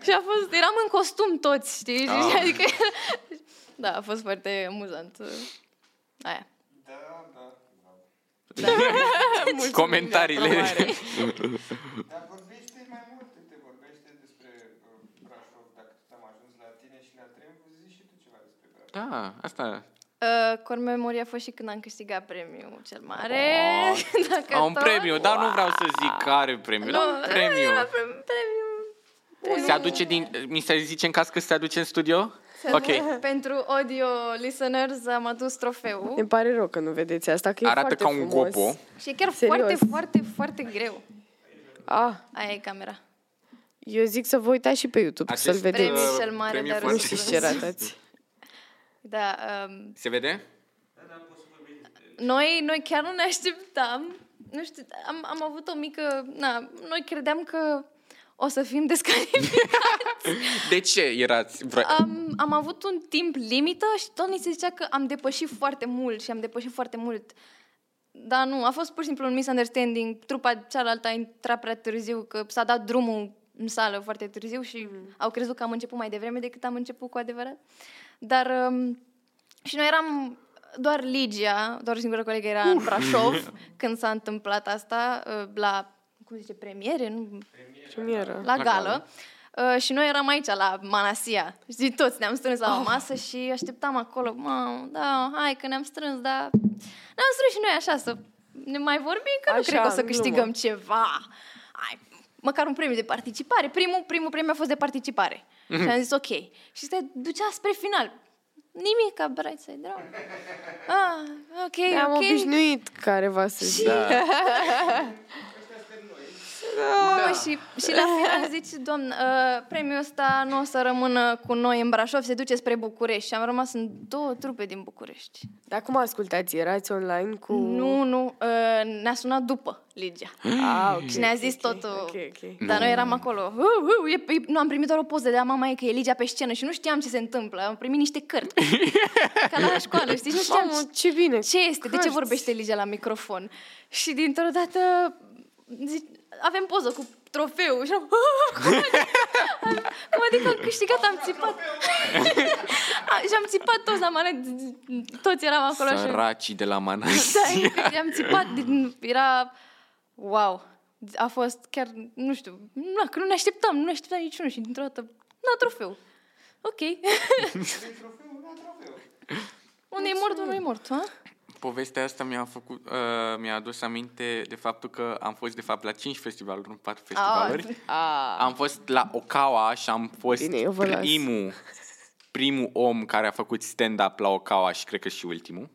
și a fost, eram în costum toți, știi?
Ah.
Ah. Adică, da, a fost foarte amuzant. uh, Aia.
Da, da. da.
Comentariile.
Dar vorbește mai mult, te vorbește despre uh, Brașov, dacă tot am ajuns la tine și la Trembu, zici și tu ceva despre Brașov.
Da, asta.
Uh, Cormemoria a fost și când am câștigat premiul cel mare.
Oh,
Dacă
Au un
tot-
premiu, dar nu vreau să zic care premiu.
Nu,
dar un premiu.
era premiu. premiu.
Se aduce din... Mi se zice în caz că se aduce în studio?
Se-
Ok.
Pentru audio listeners am adus trofeul.
Îmi pare rău că nu vedeți asta, că e
Arată
foarte
ca un
frumos.
gopo.
Și e chiar
Serios.
foarte, foarte, foarte greu.
Ah,
Aia e camera.
eu zic să vă uitați și pe YouTube,
Acest,
să-l vedeți.
Premiu
uh,
cel mare,
premiu
dar
foarte
Nu știu ce
frumos.
ratați.
Da, um,
Se vede?
noi, noi chiar nu ne așteptam. Nu știu, am, am avut o mică... Na, noi credeam că o să fim descalificați.
De ce erați? Vre...
Am, am avut un timp limită și tot ni se zicea că am depășit foarte mult și am depășit foarte mult. Dar nu, a fost pur și simplu un misunderstanding. Trupa cealaltă a intrat prea târziu, că s-a dat drumul în sală foarte târziu și mm. au crezut că am început mai devreme decât am început cu adevărat. Dar um, și noi eram doar Ligia, doar singura colegă era în Brașov când s-a întâmplat asta uh, la, cum se zice, premiere? Nu,
Premieră.
la
La
gală. Uh, și noi eram aici, la Manasia. Știi, toți ne-am strâns la o masă și așteptam acolo. Mă, da, hai că ne-am strâns, da... Ne-am strâns și noi așa să ne mai vorbim, că nu
Așa,
cred că o să
în glumă.
câștigăm ceva. Hai, măcar un premiu de participare. Primul, primul premiu a fost de participare. Și am zis, ok. Și se ducea spre final. Nimic, ca Brightside Drum. Ah, ok,
Ne-am
ok.
obișnuit careva să zic.
Da.
Da.
Mamă, și, și la final zici, doamnă, uh, premiul ăsta nu o să rămână cu noi în Brașov, se duce spre București. Și am rămas în două trupe din București.
Dar cum ascultați? Erați online cu...
Nu, nu, uh, ne-a sunat după Ligia.
Ah, ok,
Și ne-a
ok,
zis
ok,
totul.
Ok, ok.
Dar noi eram acolo. Uh, uh, e, e, nu, am primit doar o poză de la mama ei că e Ligia pe scenă și nu știam ce se întâmplă. Am primit niște cărți. Ca la școală, știi? Și Nu știam
Mamă, ce bine!
ce este, de ce
cărți.
vorbește Ligia la microfon. Și dintr-o dată zici, avem poză cu trofeu și am, cum adică, cum adică am câștigat, am țipat. A, și am țipat toți la manet, toți eram acolo și
Săracii de la Manas.
da, incredibil, am țipat, din- era wow. A fost chiar, nu știu, na, că nu ne așteptam, nu ne așteptam niciunul și dintr-o dată, na, trofeu. Ok.
E trofeu, nu e trofeu.
unde e mort, unul e mort, ha?
Povestea asta mi-a făcut, uh, mi-a adus aminte de faptul că am fost de fapt la 5 festivaluri, nu 4 festivaluri.
Ah,
Am fost la Okawa și am fost
Bine, eu vă las.
primul, primul om care a făcut stand-up la Okawa și cred că și ultimul.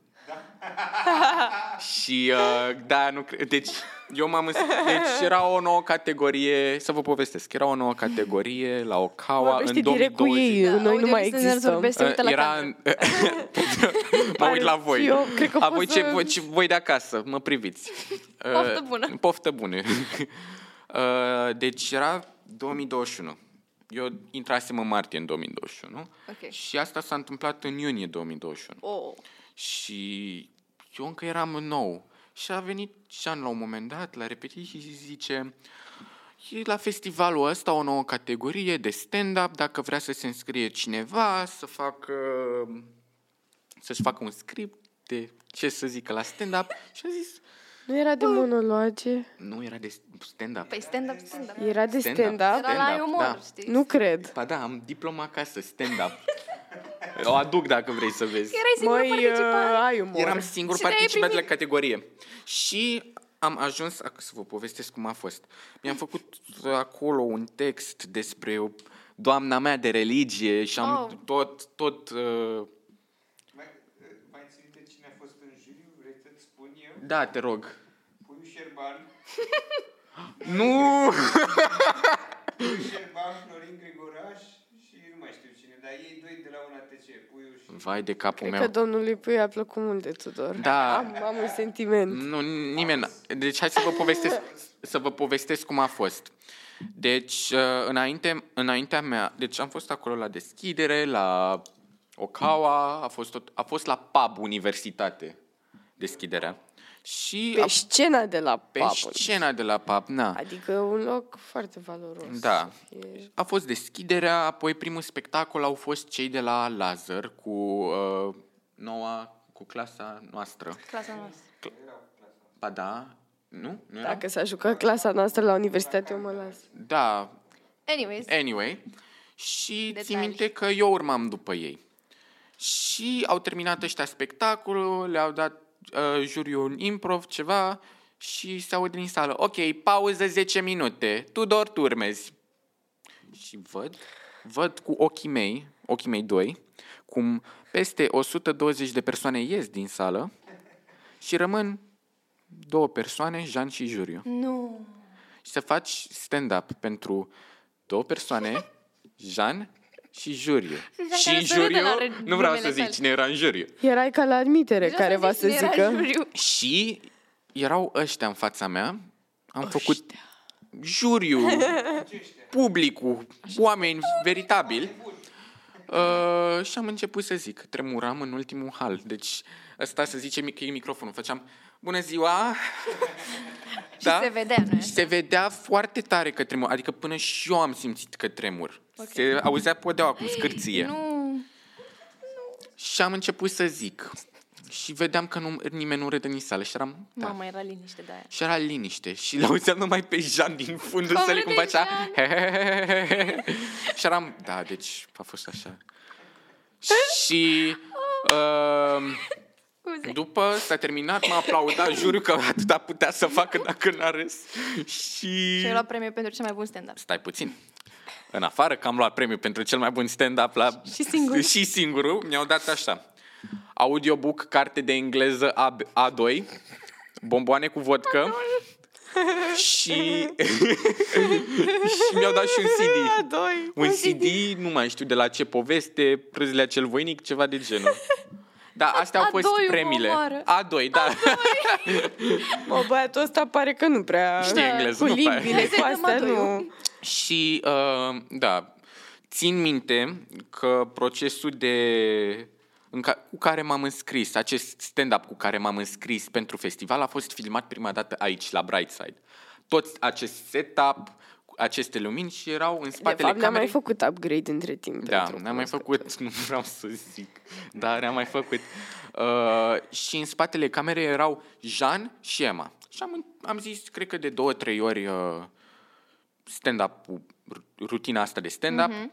și uh, da, nu cred. Deci, eu m-am îns- Deci era o nouă categorie, să vă povestesc, era o nouă categorie la Okawa
vorbește
în
direct cu
2020.
ei, noi nu
Audio
mai
listeners
existăm.
vorbesc, se uită la
Ă, era...
cameră.
mă uit la voi.
Eu cred că
A
pot
voi, ce,
să-
voi, ce, voi de acasă, mă priviți. Uh,
Poftă bună.
Poftă bună. Uh, Deci era 2021. Eu intrasem în martie în 2021
Ok.
și asta s-a întâmplat în iunie 2021.
Oh.
Și eu încă eram nou. Și a venit Jean la un moment dat, la repetiții, și zice E la festivalul ăsta o nouă categorie de stand-up, dacă vrea să se înscrie cineva, să facă, să-și facă un script de ce să zică la stand-up. Și a zis,
Nu era de monologe,
nu, era de stand-up.
Păi stand-up, stand-up.
era de Da. stand-up.
Era la
Stand-up,
umor,
da.
știi?
Nu cred.
Ba da, am diploma acasă, stand-up. O aduc dacă vrei să vezi.
Erai singură
Măi,
participant.
uh, ai umor.
Eram singur
Și de-aia ai
participat la
primit.
categorie. Și am ajuns, ac- să vă povestesc cum a fost. Mi-am făcut acolo un text despre o- doamna mea de religie și am
Oh.
oh. tot, tot... Uh,
Mai, eh, mai ții minte cine a fost în juriu? Vrei să-ți spun eu?
da, te rog.
Puiu Șerban,
Nu!
Puiu Șerban, Florin Grigoraș și nu mai știu cine, dar ei doi de la un ATC, Puiu și...
Vai de capul
Cred
meu.
că domnului Pui a plăcut mult de Tudor.
Da.
Am, am un sentiment.
Nu, nimeni. n- Deci hai să vă povestesc, să vă povestesc cum a fost. Deci, uh, înainte, înaintea mea, deci am fost acolo la deschidere, la Ocawa, a fost, tot, a fost la pub universitate deschiderea. Și
Pe
a,
scena de la
pe
Papul.
scena de la pub, na.
Adică un loc foarte valoros.
Da.
E-
A fost deschiderea, apoi primul spectacol au fost cei de la Lazar cu uh, noua, cu clasa noastră.
Clasa noastră.
Ba da, nu? nu era?
Dacă s-a jucat clasa noastră la universitate, eu mă las.
Da,
Anyways,
Anyway, și ți
Detalii.
minte că eu urmam după ei. Și au terminat ăștia spectacolul, le-au dat uh, juriu un improv, ceva, și se aude din sală. Ok, pauză 10 minute, Tudor, tu urmezi. Și văd, văd cu ochii mei, ochii mei doi, cum peste 120 de persoane ies din sală și rămân două persoane, Jean și Juriu
nu.
și să faci stand-up pentru două persoane, Jean și Juriu.
Jean care
Și
să râdă
Juriu,
la râ-
nu vreau să
glumele
zic
tale.
cine era în Juriu.
Erai ca la admitere,
Vreau
care
zic
va să
cine era
zică... Da.
juriu.
Și erau ăștia în fața mea, am făcut juriu, publicul, oameni veritabili. Uh, și am început să zic, tremuram în ultimul hal. Deci ăsta să zice mic- e microfonul. Făceam, bună ziua! Da?
Și se vedea, nu
Și se vedea foarte tare că tremur. Adică până și eu am simțit că tremur.
Ok.
Okay. Se auzea podeaua cum scârție.
Nu.
Și am început să zic. Și vedeam că nu, nimeni nu râde din sală. Și eram... Da.
Mama era liniște de aia.
Și era liniște și le auzeam numai pe Jean din fundul
Cum
sălii cum
râde
facea Și eram, da, deci a fost așa Și uh,
Scuze.
după s-a terminat, m-a aplaudat, juriu că atâta putea să facă dacă n-a râs Și
Și ai luat premiu pentru cel mai bun stand-up.
stai puțin. În afară că am luat premiu pentru cel mai bun stand-up la...
Și singurul.
Și singurul, mi-au dat așa. Audiobook, carte de engleză A, A2, bomboane cu vodcă și... și mi-au dat și un CD.
Doi.
Un CD, nu mai știu de la ce poveste, prâzile cel voinic, ceva de genul. Da, astea au fost
A2-ul mă
premiile.
omoară.
A2, da.
Mă, băiatul ăsta pare că nu prea...
Știe engleză,
Cu
nu prea.
limbile,
Hai să-i
cu
dăm
astea,
adoiul.
nu.
Și, uh, da, țin minte că procesul de în ca, cu care m-am înscris, acest stand-up cu care m-am înscris pentru festival a fost filmat prima dată aici, la Brightside. Tot acest setup, cu aceste lumini și erau în
De
spatele
fapt, n-am
camerei.
mai făcut upgrade între timp.
Da,
pentru
n-am mai
cunoscut.
făcut, nu vreau să zic, dar am mai făcut. Uh, și în spatele camerei erau Jean și Emma. Și am, am zis, cred că de două, trei ori uh, stand-up, rutina asta de stand-up.
Mhm.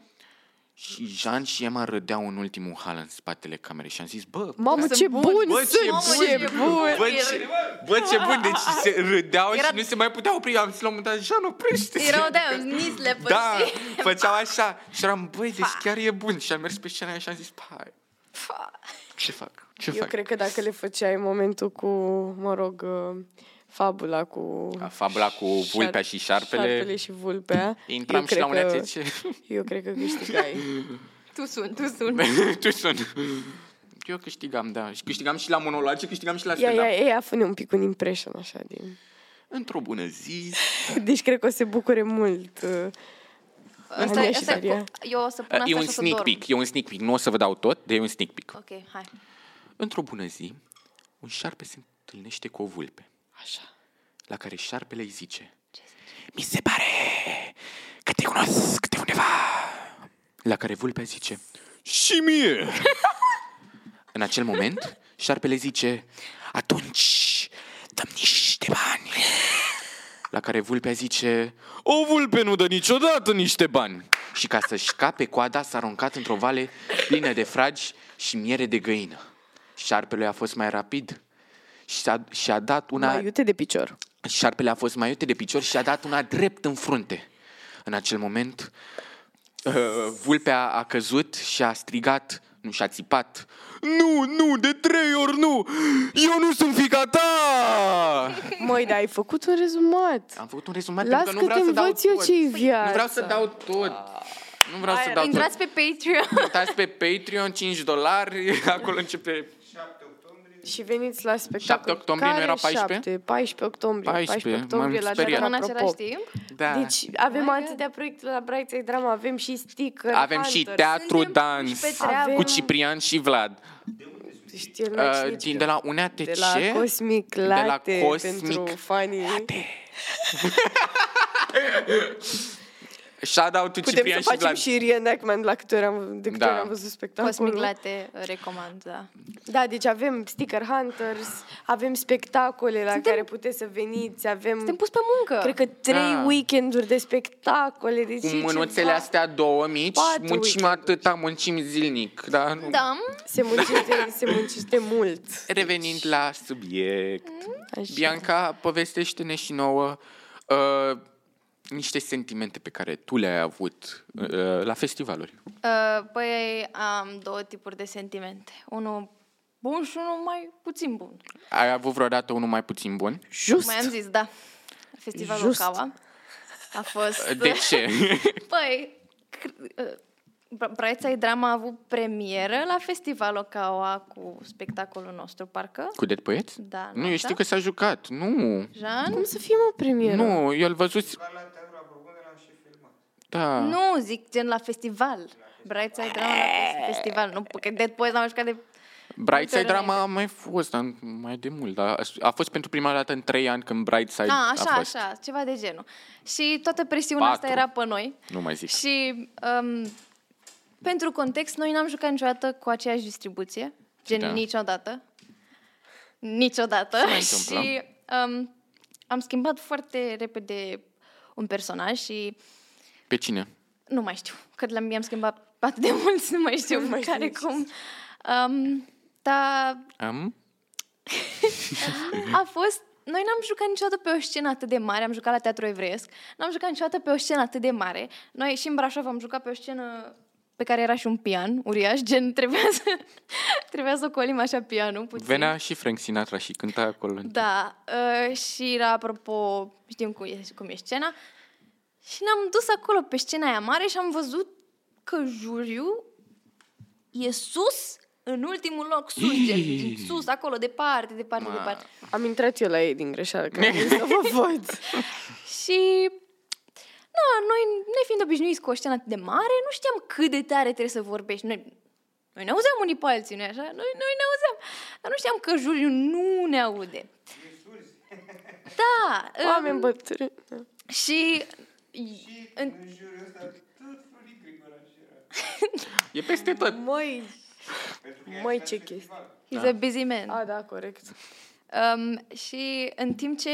Și Jean și Emma râdeau în ultimul hal în spatele camerei și am zis, bă,
Mamă,
Sunt
ce
bun.
bun!
Bă, ce
sunt,
bun,
ce
ce bun.
bun!
bă ce, bă, ce bun, deci se râdeau
Era-
și nu se mai putea opri. Am zis la un moment dat, Jean, oprește-se.
Erau de aia, nisle pe
Da,
zi.
făceau așa. Și eram, băi, deci chiar e bun. Și am mers pe scena și am zis, hai,
Fa.
ce fac? Ce
Eu
fac?
cred că dacă le făceai în momentul cu, mă rog, uh, fabula cu...
A, fabula cu
șar-
vulpea și șarpele.
Șarpele și vulpea.
Intram
eu
și la un
cred că-
ATC.
Eu cred că câștigai.
Tu sun, tu sun.
tu sun. Eu câștigam, da. Și câștigam și la monologe, câștigam și la
Ia,
stand-up.
ia, ia, fă un pic un impression așa din...
Într-o bună zi.
Deci cred că o se bucure mult. uh,
Asta,
Ania și
asta,
Daria.
eu o să pun asta
Uh, e
și
un
o să
sneak
dorm.
peek, e un sneak peek. Nu o să vă dau tot, dar e un sneak peek.
Ok, hai.
Într-o bună zi, un șarpe se întâlnește cu o vulpe,
Așa.
la care șarpele îi zice Mi se pare că te cunosc de undeva. La care vulpea zice Și mie! În acel moment, șarpele zice Atunci, dăm niște bani. La care vulpea zice O vulpe nu dă niciodată niște bani. și ca să-și scape coada s-a aruncat într-o vale plină de fragi și miere de găină. Șarpele a fost mai rapid și a, și a dat una...
Mai iute de picior.
Șarpele a fost mai iute de picior și a dat una drept în frunte. În acel moment, uh, vulpea a căzut și a strigat, nu și-a țipat. Nu, nu, de trei ori nu! Eu nu sunt fica ta!
Măi, dar ai făcut un rezumat.
Am făcut un rezumat
Las
pentru că nu
că
vreau să
te
dau
învăț eu
tot.
ce-i
Nu vreau să
viața.
dau tot. Nu vreau să
Hai,
dau tot.
Intrați pe Patreon.
Uitați pe Patreon, 5 dolari, acolo începe...
7 octombrie.
Și veniți la spectacol.
7 octombrie, nu
Care
era 14?
7? 14 octombrie.
14,
14 octombrie
m-am
la
speriat.
Drama,
În același
apropo.
timp.
Da.
Deci avem
My
atâtea proiecte la Bright Side Drama, avem și sticker,
Avem și
Hunter,
teatru
Suntem
dans
puși pe treabă.
cu Ciprian și Vlad.
știi, nu mai știu
Uh, din, de la Unea
de la
TC.
Cosmic
la
Latte
Cosmic
pentru fanii.
Shout out to
Putem
Ciprian
să
și
facem
Vlad.
și reenactment la câte ori am, de câte
Da.
ori am văzut spectacolul.
Cosmic Latte recomand, da.
Da, deci avem Sticker Hunters, avem spectacole la
Suntem-
care puteți să veniți, avem...
Suntem pus pe muncă.
Cred că trei
Da.
weekenduri de spectacole, deci
Cu
e
mânuțele
ceva.
astea două mici,
Patru
muncim
weekenduri.
atâta, muncim zilnic. Dar nu.
Da.
Se muncește, se muncește mult.
Revenind la subiect.
Așa.
Bianca, povestește-ne și nouă uh, niște sentimente pe care tu le-ai avut uh, la festivaluri.
Uh, Păi am două tipuri de sentimente. Unul bun și unul mai puțin bun.
Ai avut vreodată unul mai puțin bun?
Just.
Mai am zis, da. Festivalul
Just.
Cava a fost...
Uh, De ce?
Păi, cr- uh, Bra- Bright Side Drama a avut premieră la festivalul Ocawa cu spectacolul nostru, parcă.
Cu Dead Poets?
Da,
Nu, eu știu
noaptea.
că s-a jucat. Nu.
Jean?
Cum să fie o premieră?
Nu, eu l văzut.
Doar la teatru aprofundat l-am și filmat.
Da.
Nu, zic gen la festival. Bright Side Drama la festival. Nu, că Dead Poets l-am jucat de...
Păi, Brightside
Uite,
Drama a mai fost, dar mai de mult, dar a fost pentru prima dată în trei ani când Brightside
A, Ah, așa,
a fost.
așa, ceva de genul. Și toată presiunea asta
Patru.
era pe noi.
Nu mai zic.
Și um, pentru context, noi n-am jucat niciodată cu aceeași distribuție. Gen
Da.
da. niciodată. Niciodată.
mai întâmplă?
și um, am schimbat foarte repede un personaj și
Pe cine?
nu mai știu. Că l-am, i-am schimbat atât de mult, nu mai știu
Nu mai știu
care
nici.
cum. Um, dar
Am? Păi
a fost... Noi n-am jucat niciodată pe o scenă atât de mare, am jucat la teatru evreiesc, n-am jucat niciodată pe o scenă atât de mare. Noi și în Brașov am jucat pe o scenă pe care era și un pian uriaș, gen trebuia să, trebuia să ocolim așa pianul puțin.
Venea și Frank Sinatra și cânta acolo.
Da, uh, și era apropo, știm cum e, cum e scena, și ne-am dus acolo pe scena aia mare și am văzut că juriu e sus, în ultimul loc sus, gen, din sus, acolo, departe, departe,
Ma.
departe.
Am intrat eu la ei din greșeală, că am zis să vă văd.
Și, na, noi, ne fiind obișnuiți cu o scenă atât de mare, nu știam cât de tare trebuie să vorbești. Noi, noi ne auzeam unii pe alții, noi așa, noi, noi ne auzeam. Dar nu știam că Juliu nu ne aude. Da,
Oameni
um,
bătrâni.
și...
Și
în-
în jurul ăsta tot Florin Grigoraș era.
E peste tot.
Măi,
Pentru că e
Măi,
același
ce chestie.
festival.
He's a busy man.
a, da, corect.
Um, și în timp ce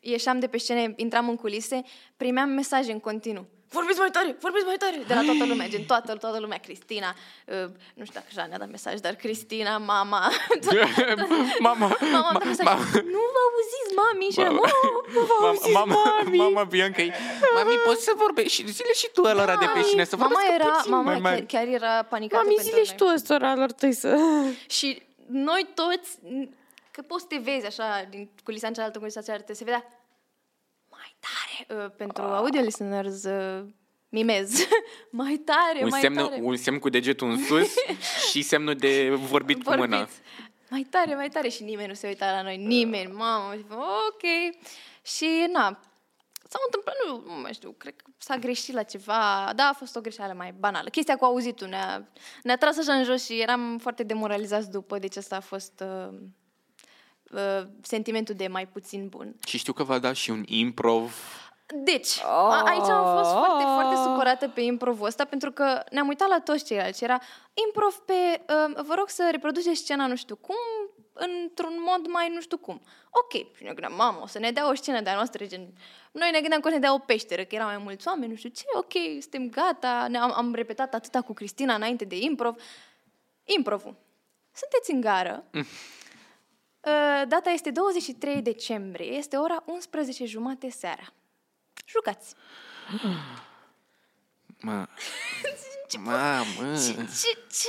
ieșeam de pe scenă, intram în culise, primeam mesaje în continuu. Vorbiți mai tare, vorbiți mai tare! De la toată lumea, gen toată, toată lumea, Cristina, uh, nu știu dacă Jean ne-a dat mesaj, dar Cristina, mama, toată
mama,
mama mi-a dat mesaj.
mama,
Nu vă auziți, mami! Și eram,
Mama.
"Oh, nu vă auziți,
mama,
mami!
mama Bianca e, Mami, poți să vorbești și zile și tu ăla de pe cine să
mama
vorbească
era,
puțin
mama
mai
chiar,
mare.
chiar era panicată
Mami,
pentru
zile și
noi.
tu ăstora lor tăi să...
Și noi toți, n- că poți să te vezi așa, din culisa în cealaltă, culisa în cealaltă, se vedea mai tare. Uh, pentru
Ah.
oh. audio listeners, uh, mimez. mai tare,
Un
mai
semn,
tare.
un semn cu degetul în sus și semnul de vorbit cu mâna.
Vorbiți. Mai tare, mai tare. Și nimeni nu se uita la noi, nimeni, mamă. Și fă, ok. Și, na, s-a întâmplat, nu, nu mai știu, cred că s-a greșit la ceva, da, a fost o greșeală mai banală. Chestia cu auzitul ne-a, ne-a tras așa în jos și eram foarte demoralizați după, deci asta a fost uh, uh, sentimentul de mai puțin bun.
Și știu că va da și un improv.
Deci, a- aici am fost foarte, foarte supărată pe improvul ăsta, pentru că ne-am uitat la toți ceilalți. Era improv pe, um, vă rog să reproduceți scena nu știu cum, într-un mod mai nu știu cum. Ok, și ne gândeam, mamă, o să ne dea o scenă de-a noastră, gen... Noi ne gândeam că o să ne dea o peșteră, că erau mai mulți oameni, nu știu ce, ok, suntem gata, ne-am, am repetat atâta cu Cristina înainte de improv. Improvul. Sunteți în gară, Uh, Data este 23 decembrie, este ora 11 jumate seara. Jucați!
Mă. Mamă.
Ce? Ce?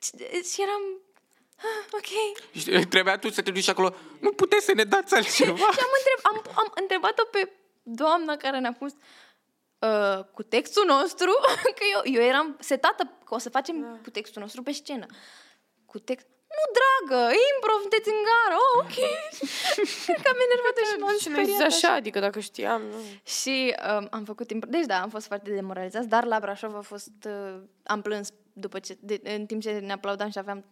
ce? ce? Și eram... "Ah, Ok.
Și Trebuia tu să te duci acolo. Nu puteți să ne dați altceva.
Și am, întreb, am, am întrebat-o pe doamna care ne-a pus uh, cu textul nostru, că eu, eu eram setată că o să facem
Da.
cu textul nostru pe scenă. Cu text... Nu, dragă, improv, sunteți în gară, oh, ok. Cred că am enervat și m-am
Și noi zis
speriat.
așa, adică dacă știam, nu.
Și um, am făcut impro- Deci da, am fost foarte demoralizați, dar la Brașov a fost... Uh, am plâns după ce, de, în timp ce ne aplaudam și aveam...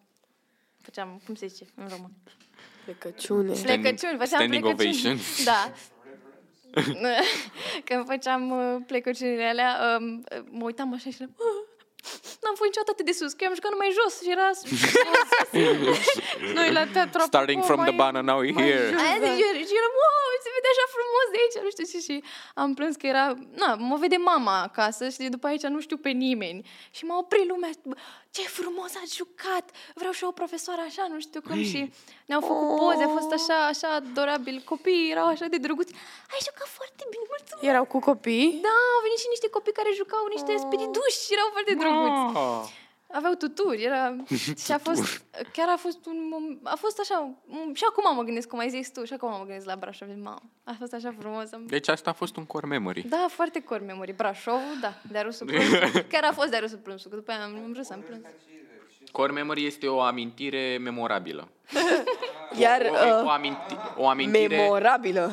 Făceam, cum se zice în român?
De Căciune.
Standing-
Plecăciuni, făceam
standing
plecăciuni.
ovation.
Da. Când făceam uh, plecăciunile alea, um, uh, mă uitam așa și eram, "Ah, N-am fost niciodată atât de sus, că eu am jucat numai jos și era...
Noi la teatru
Starting
apropo,
from the
mai-
banana now
mai
here.
jos.
Aia de ieri. Și eram, wow, se vede așa frumos de aici, nu știu ce. Și am plâns că era, na, mă vede mama acasă și după aici nu știu pe nimeni. Și m-a oprit lumea, "Bă, ce frumos ați jucat, vreau și eu o profesoară așa, nu știu cum. Și ne-au făcut poze, a fost așa, așa adorabil. Copiii erau așa de drăguți. Ai jucat foarte bine, mulțumesc.
Erau cu copii.
Da, au venit și niște copii care jucau niște spiriduși și erau foarte drăguți.
Ah.
Aveau tuturi, era... și a fost... Chiar a fost un... mom- A fost așa... un- Și acum mă gândesc, cum ai zis tu, și acum mă gândesc la Brașov. zic, Mamă, a fost așa frumos. am-
Deci asta a fost un core memory.
Da, foarte core memory. Brașovul, da, de-a rusul plânsul. Chiar a fost de-a rusul plânsul, că după aia am am râs, am plâns.
Core memory este o amintire memorabilă.
Iar
O, o,
uh,
aminti, o amintire...
memorabilă.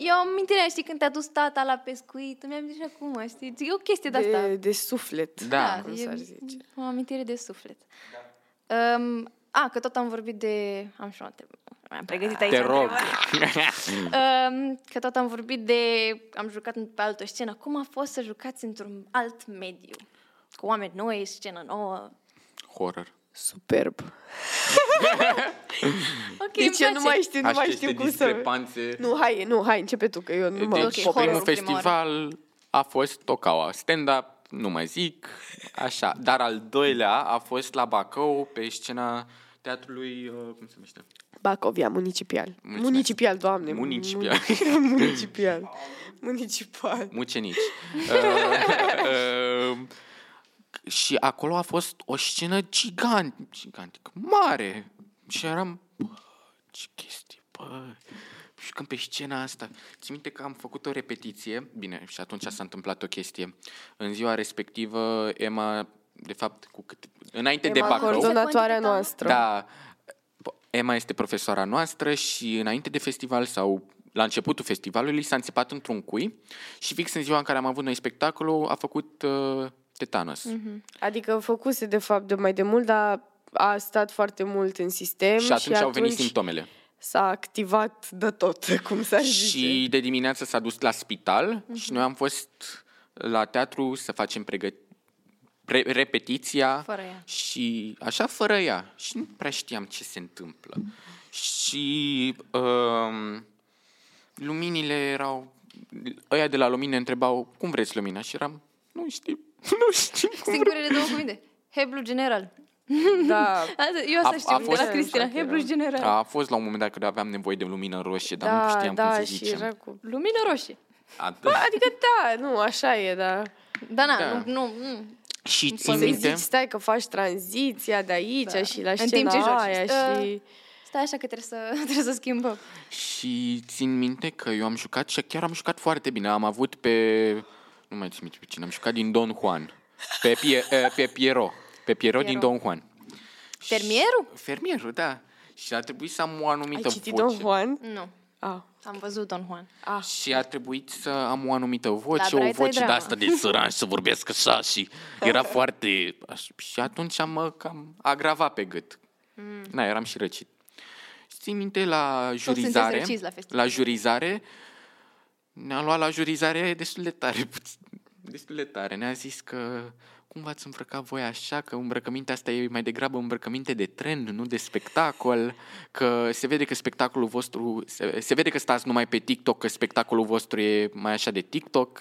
Eu am mintirea, știi, când te-a dus tata la pescuit, mi-am zis și acum, știi, e o chestie de-asta.
De, de suflet.
Da.
cum s-ar zice.
o amintire de suflet. Da. Um, a, că tot am vorbit de... Am și o întrebare. Am pregătit aici
Te rog.
întrebarea. Um, că tot am vorbit de... Am jucat în- pe altă scenă. Cum a fost să jucați într-un alt mediu? Cu oameni noi, scenă nouă.
Horror.
Superb.
Ok, îmi
Deci eu nu
place.
mai știu, nu mai
Aceste
știu cum să...
discrepanțe.
Nu, hai, nu, hai, începe tu, că eu nu mă...
Deci
Ok,
primul
horrorul prima
festival a fost Tocaua. Stand-up, nu mai zic, așa. Dar al doilea a fost la Bacău, pe scena teatrului, uh, cum se numește?
Bacovia, municipal.
Mulțumesc.
Municipal, doamne.
Municipial.
mun- municipal. Municipal.
Mucenici. Uh, uh, și acolo a fost o scenă gigant, gigantică, mare. Și eram, bă, ce chestie, bă. Și când pe scena asta, țin minte că am făcut o repetiție, bine, și atunci s-a întâmplat o chestie. În ziua respectivă, Emma, de fapt, cu cât, înainte de
Emma,
Bacău...
coordonatoarea
Secundă,
noastră.
Da. Emma este profesoara noastră și înainte de festival sau la începutul festivalului s-a înțipat într-un cui și fix în ziua în care am avut noi spectacolul a făcut uh, tetanos. Mm-hmm.
Adică făcuse, de fapt, de mai de mult, dar a stat foarte mult în sistem
Și atunci,
și atunci
au venit simptomele.
s-a activat de tot, cum s-ar zice. Mhm.
Și de dimineață s-a dus la spital mm-hmm. și noi am fost la teatru să facem pregăt- pre- repetiția
Fără ea.
și așa fără ea. Și nu prea știam ce se întâmplă. Și um, luminile erau... Ăia de la lumine întrebau cum vreți lumina și eram... Nu știu, nu știu cum vreau.
Singurele două cuvinte. Heblu general.
Da.
Asta- Eu asta
A-
știu
a
de la
fost-
Cristina. Heblu general.
A fost la un moment dat că aveam nevoie de lumină roșie, dar
da,
nu știam
da,
cum să
și
zicem.
era cu...
Lumină roșie.
Atât.
Adică da, nu, așa e, da.
Da, na,
Da.
nu, nu, mm. nu.
Și
Să
țin minte...
zici, stai că faci tranziția de aici
Da.
și la
În timp
scena
ce joci.
aia
Uh,
și...
Stai așa că trebuie să, trebuie să schimbăm.
Și țin minte că eu am jucat și chiar am jucat foarte bine. Am avut pe... Nu mai țin minte pe cine. Am jucat din Don Juan. Pe, pie, eh, pe Piero. Pe Piero din
Piero.
Don Juan. Și-
Fermierul?
Fermierul, da. Și a trebuit să am o anumită
Ai citit Don
voce.
Juan?
Nu.
Ah.
Am văzut Don Juan.
Ah.
Și a trebuit să am o anumită voce,
La
o
Bright Eye
voce de
Drama.
asta de săran și să vorbesc așa și era foarte... așa. Și atunci mă cam agrava pe gât.
Mm.
Na, eram și răcit. Și țin minte la jurizare,
răciți la festival.
la jurizare, ne-a luat la jurizare destul de tare, puțin- destul de tare. Ne-a zis că cum v-ați îmbrăcat voi așa, că îmbrăcămintea asta e mai degrabă îmbrăcăminte de trend, nu de spectacol, că se vede că spectacolul vostru, se, se vede că stați numai pe TikTok, că spectacolul vostru e mai așa de TikTok.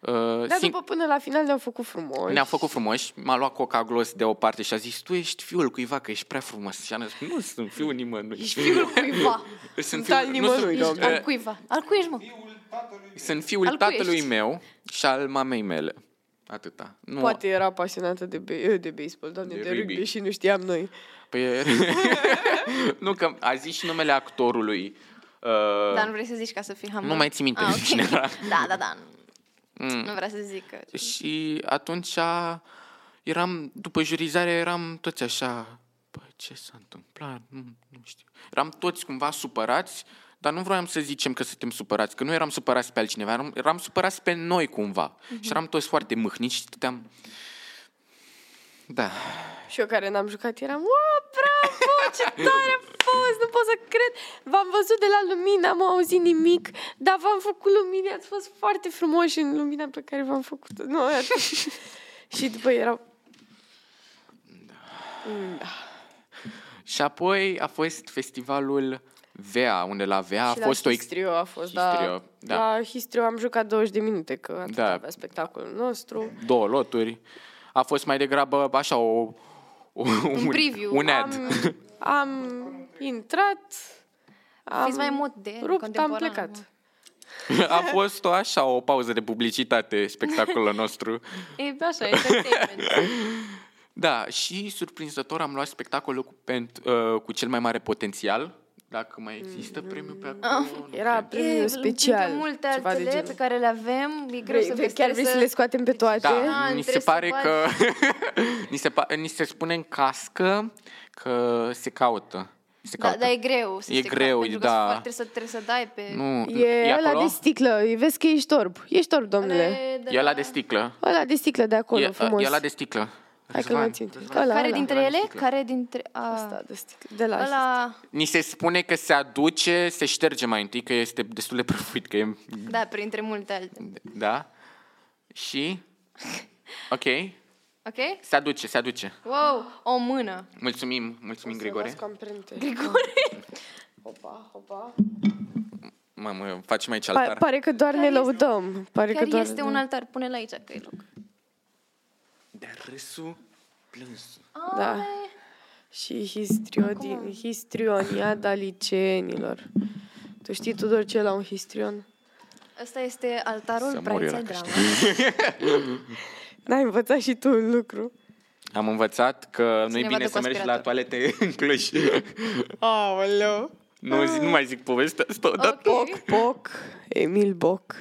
Uh,
Dar
sing-
Da, după până la final ne-au făcut frumos.
ne-a făcut frumos, m-a luat Coca Glos de o parte și a zis, tu ești fiul cuiva, că ești prea frumos. Și am zis, nu sunt fiul nimănui.
Ești fiul cuiva.
Sunt
al nimănui,
nu sunt,
Ești
uh,
al cuiva. Al cui ești, mă?
Fiul tatălui meu.
sunt fiul
Al cui
tatălui
ești?
meu și al mamei mele. Atâta. Nu,
Poate era pasionată de, be- ă, de baseball, doamne,
De
de, de
rugby.
rugby și nu știam noi.
Păi, nu, că a zis și numele actorului. Uh,
Dar nu vrei să zici ca să fii humble.
Nu mai țin minte
ok.
cine era.
Da, da, da. Nu vreau să zic că...
Și atunci eram, după jurizare, eram toți așa, băi, ce s-a întâmplat? Nu, nu știu. Eram toți cumva supărați, dar nu vroiam să zicem că suntem supărați, că nu eram supărați pe altcineva, eram, eram supărați pe noi cumva.
Mhm.
Și eram toți foarte mâhniți și stăteam... Da.
Și eu care n-am jucat eram, o, bravo, ce tare a fost, nu pot să cred. V-am văzut de la lumină, am auzit nimic, dar v-am făcut lumini, ați fost foarte frumoși în lumina pe care v-am făcut-o. Nu, atât. și după erau,
Și apoi a fost festivalul VEA, unde la VEA a
și
fost
la
o... ex-
Histrio a fost,
Histrio,
da,
da.
La Histrio am jucat 20 de minute, că atât
Da.
da. avea spectacolul nostru.
două loturi. A fost mai degrabă așa o... o un,
preview.
Un ad.
Am, am intrat, am
Fiți mai modern,
rupt, am
contemporan, mă.
plecat.
A fost o, așa o pauză de publicitate spectacolul nostru.
E așa, entertainment.
Da, și surprinzător am luat spectacolul cu, pent, uh, cu cel mai mare potențial. Dacă mai există premiu pe acolo. nu
Era
cred.
premiul special,
printre multe
ceva de
altele
genul.
pe care le avem, e greu să
Vrei,
vezi
chiar vrei să le scoatem pe toate?
Ah,
Da, ni
trebuie
se
să
pare
faci-
că... ni, se pa- ni se spune în cască că se caută. Se
Da,
caută.
dar e greu să
E
strica,
greu,
pentru că
da.
sunt foarte- trebuie, să, trebuie să dai pe...
Nu,
E ăla
acolo?
de sticlă, îi vezi că ești orb. Ești orb, domnule.
Le- de
E ăla
la-
de sticlă.
Ăla de sticlă de acolo,
e,
frumos.
e ăla de sticlă.
Hai că
Răzvan,
mă țin.
Răzvan.
Ăla, ăla.
Care dintre ele?
sticlă.
Care dintre... A,
Ăsta de sticlă. De la ăla...
Ăla...
Ni se spune că se aduce, se șterge mai întâi, că este destul de prăfuit, că e...
Da, printre multe alte.
Da? Și? Ok.
Ok?
Se aduce, se aduce.
Wow, o mână.
Mulțumim, mulțumim, Grigore.
Grigore.
Hopa, hopa.
Mamă, facem aici
Pa-
altar.
pare că doar ne lăudăm. Pare
Chiar
că doar...
este un altar. Pune-l aici, că e loc.
De râsul plâns.
Da. Și histriodin, histrioniada liceenilor. Tu știi, Tudor, ce e la un histrion?
Ăsta este
Să
altarul
mor eu
Braiței
dacă
Drama.
N-ai învățat și tu un lucru.
Am învățat că nu e
Cineva
bine
dă cu
să mergi la
aspirator.
toalete în Cluj.
Aoleu.
nu, zi- nu mai zic povestea asta, dar
Ok.
Boc, Emil Boc.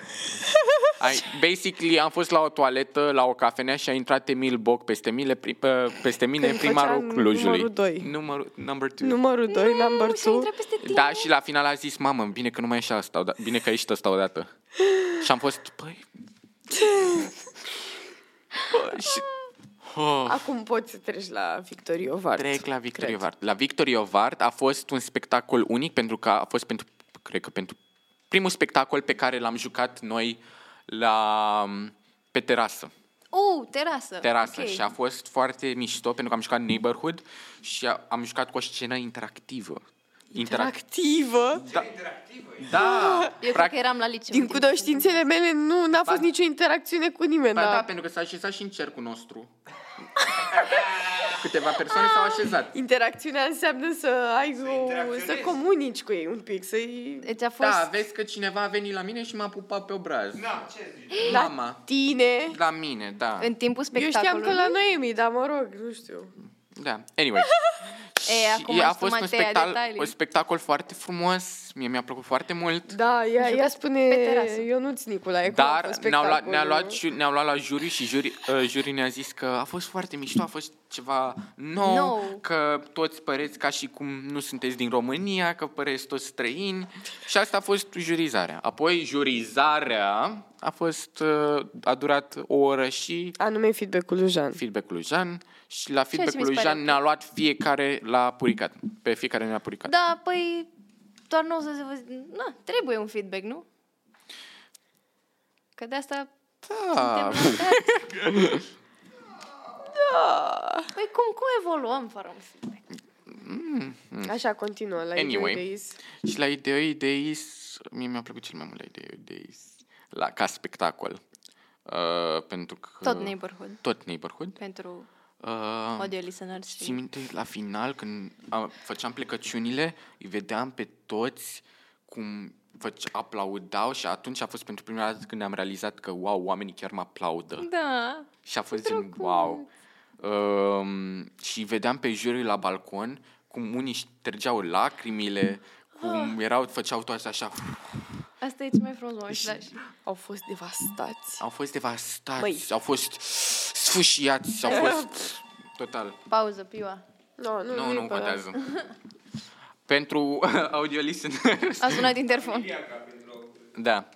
Ai, basically, am fost la o toaletă, la o cafenea și a intrat Emil Boc peste, mine, pri, pe- peste mine,
Când
primarul
făcea
Clujului.
numărul doi.
Numărul, number two.
Numărul 2, number
Nu, și-a
2.
intrat peste tine.
da, și la final a zis, mamă, bine că nu mai ieși asta, oda- bine că a ieșit asta odată. Și am fost, păi... Bă, și... Oh,
Acum poți să treci la Victoriovart.
trec la Victory of Art. La Victory of Art a fost un spectacol unic pentru că a fost pentru, cred că pentru primul spectacol pe care l-am jucat noi la, pe terasă.
U, Uh, terasă.
terasă
Ok.
okay. și a fost foarte mișto pentru că am jucat Neighborhood și a, am jucat cu o scenă interactivă. Interac-
Interactivă.
da. Da.
Eu cred că eram la liceu.
Din cunoștințele mele nu n-a fost
Ba-
nicio interacțiune cu nimeni.
Ba
Da.
da, pentru că s-a așezat și în cercul nostru. Câteva persoane s-au așezat.
Interacțiunea înseamnă să ai o,
interacționezi.
să comunici cu ei un pic, să-i...
Deci a fost... Da.
Da, vezi că cineva a venit la mine și m-a pupat pe obraz.
Na, Da, ce zici?
Mama.
Tine.
La mine, da.
În timpul
Eu știam
spectacolului.
că la Noemi, dar mă rog, nu știu.
Da, anyway.
E, acum
Și a
știu
fost un,
Mateia
spectac-
detalii.
un spectacol foarte frumos, mie mi-a plăcut foarte mult.
Da, ea, ea spune
pe terasă.
Ionuț Nicolae, cum a
Dar
fost
ne-au luat, ne-a
spectacolul.
luat, și- ne-au luat la juri și juri, uh, juri ne-a zis că a fost foarte mișto, a fost ceva nou,
Nou.
că toți păreți ca și cum nu sunteți din România, că păreți toți străini și asta a fost jurizarea. Apoi jurizarea a fost uh, a durat o oră și
Anume feedback-ul lui Jean.
feedback-ul lui Jean și la
mi se
feedback-ul lui
pare
Jean
ok.
ne-a luat fiecare la puricat, pe fiecare ne-a puricat.
Da, păi... Doar nu o să se vă... Na, trebuie un feedback, nu? Că de asta...
Da.
suntem la- Păi cum, cum evoluăm fără un feedback?
Așa continuă la
Anyway.
anyway. Days.
Și la idei Days, mie mi-a plăcut cel mai mult la idei Days, la, ca spectacol. Uh, pentru că...
Tot neighborhood.
Tot neighborhood.
Pentru
Uh,
audio listeners.
Țin minte la final când a, făceam plecăciunile, îi vedeam pe toți cum făce, aplaudau și atunci a fost pentru prima dată când am realizat că, wow, oamenii chiar mă aplaudă.
Da.
Și a fost gen, wow. Um, și îi vedeam pe juriul la balcon cum unii își trăgeau lacrimile,
Ah.
cum erau, făceau toate așa.
Asta e cel mai frumos moment.
Și-
Da. și-
Au fost devastați.
Au fost devastați,
Băi.
au fost sfâșiați, au fost total.
Pauză, piua.
No, nu,
Nu,
e
nu
pe la-
contează. Pentru audio listeners.
A sunat din telefon.
Da.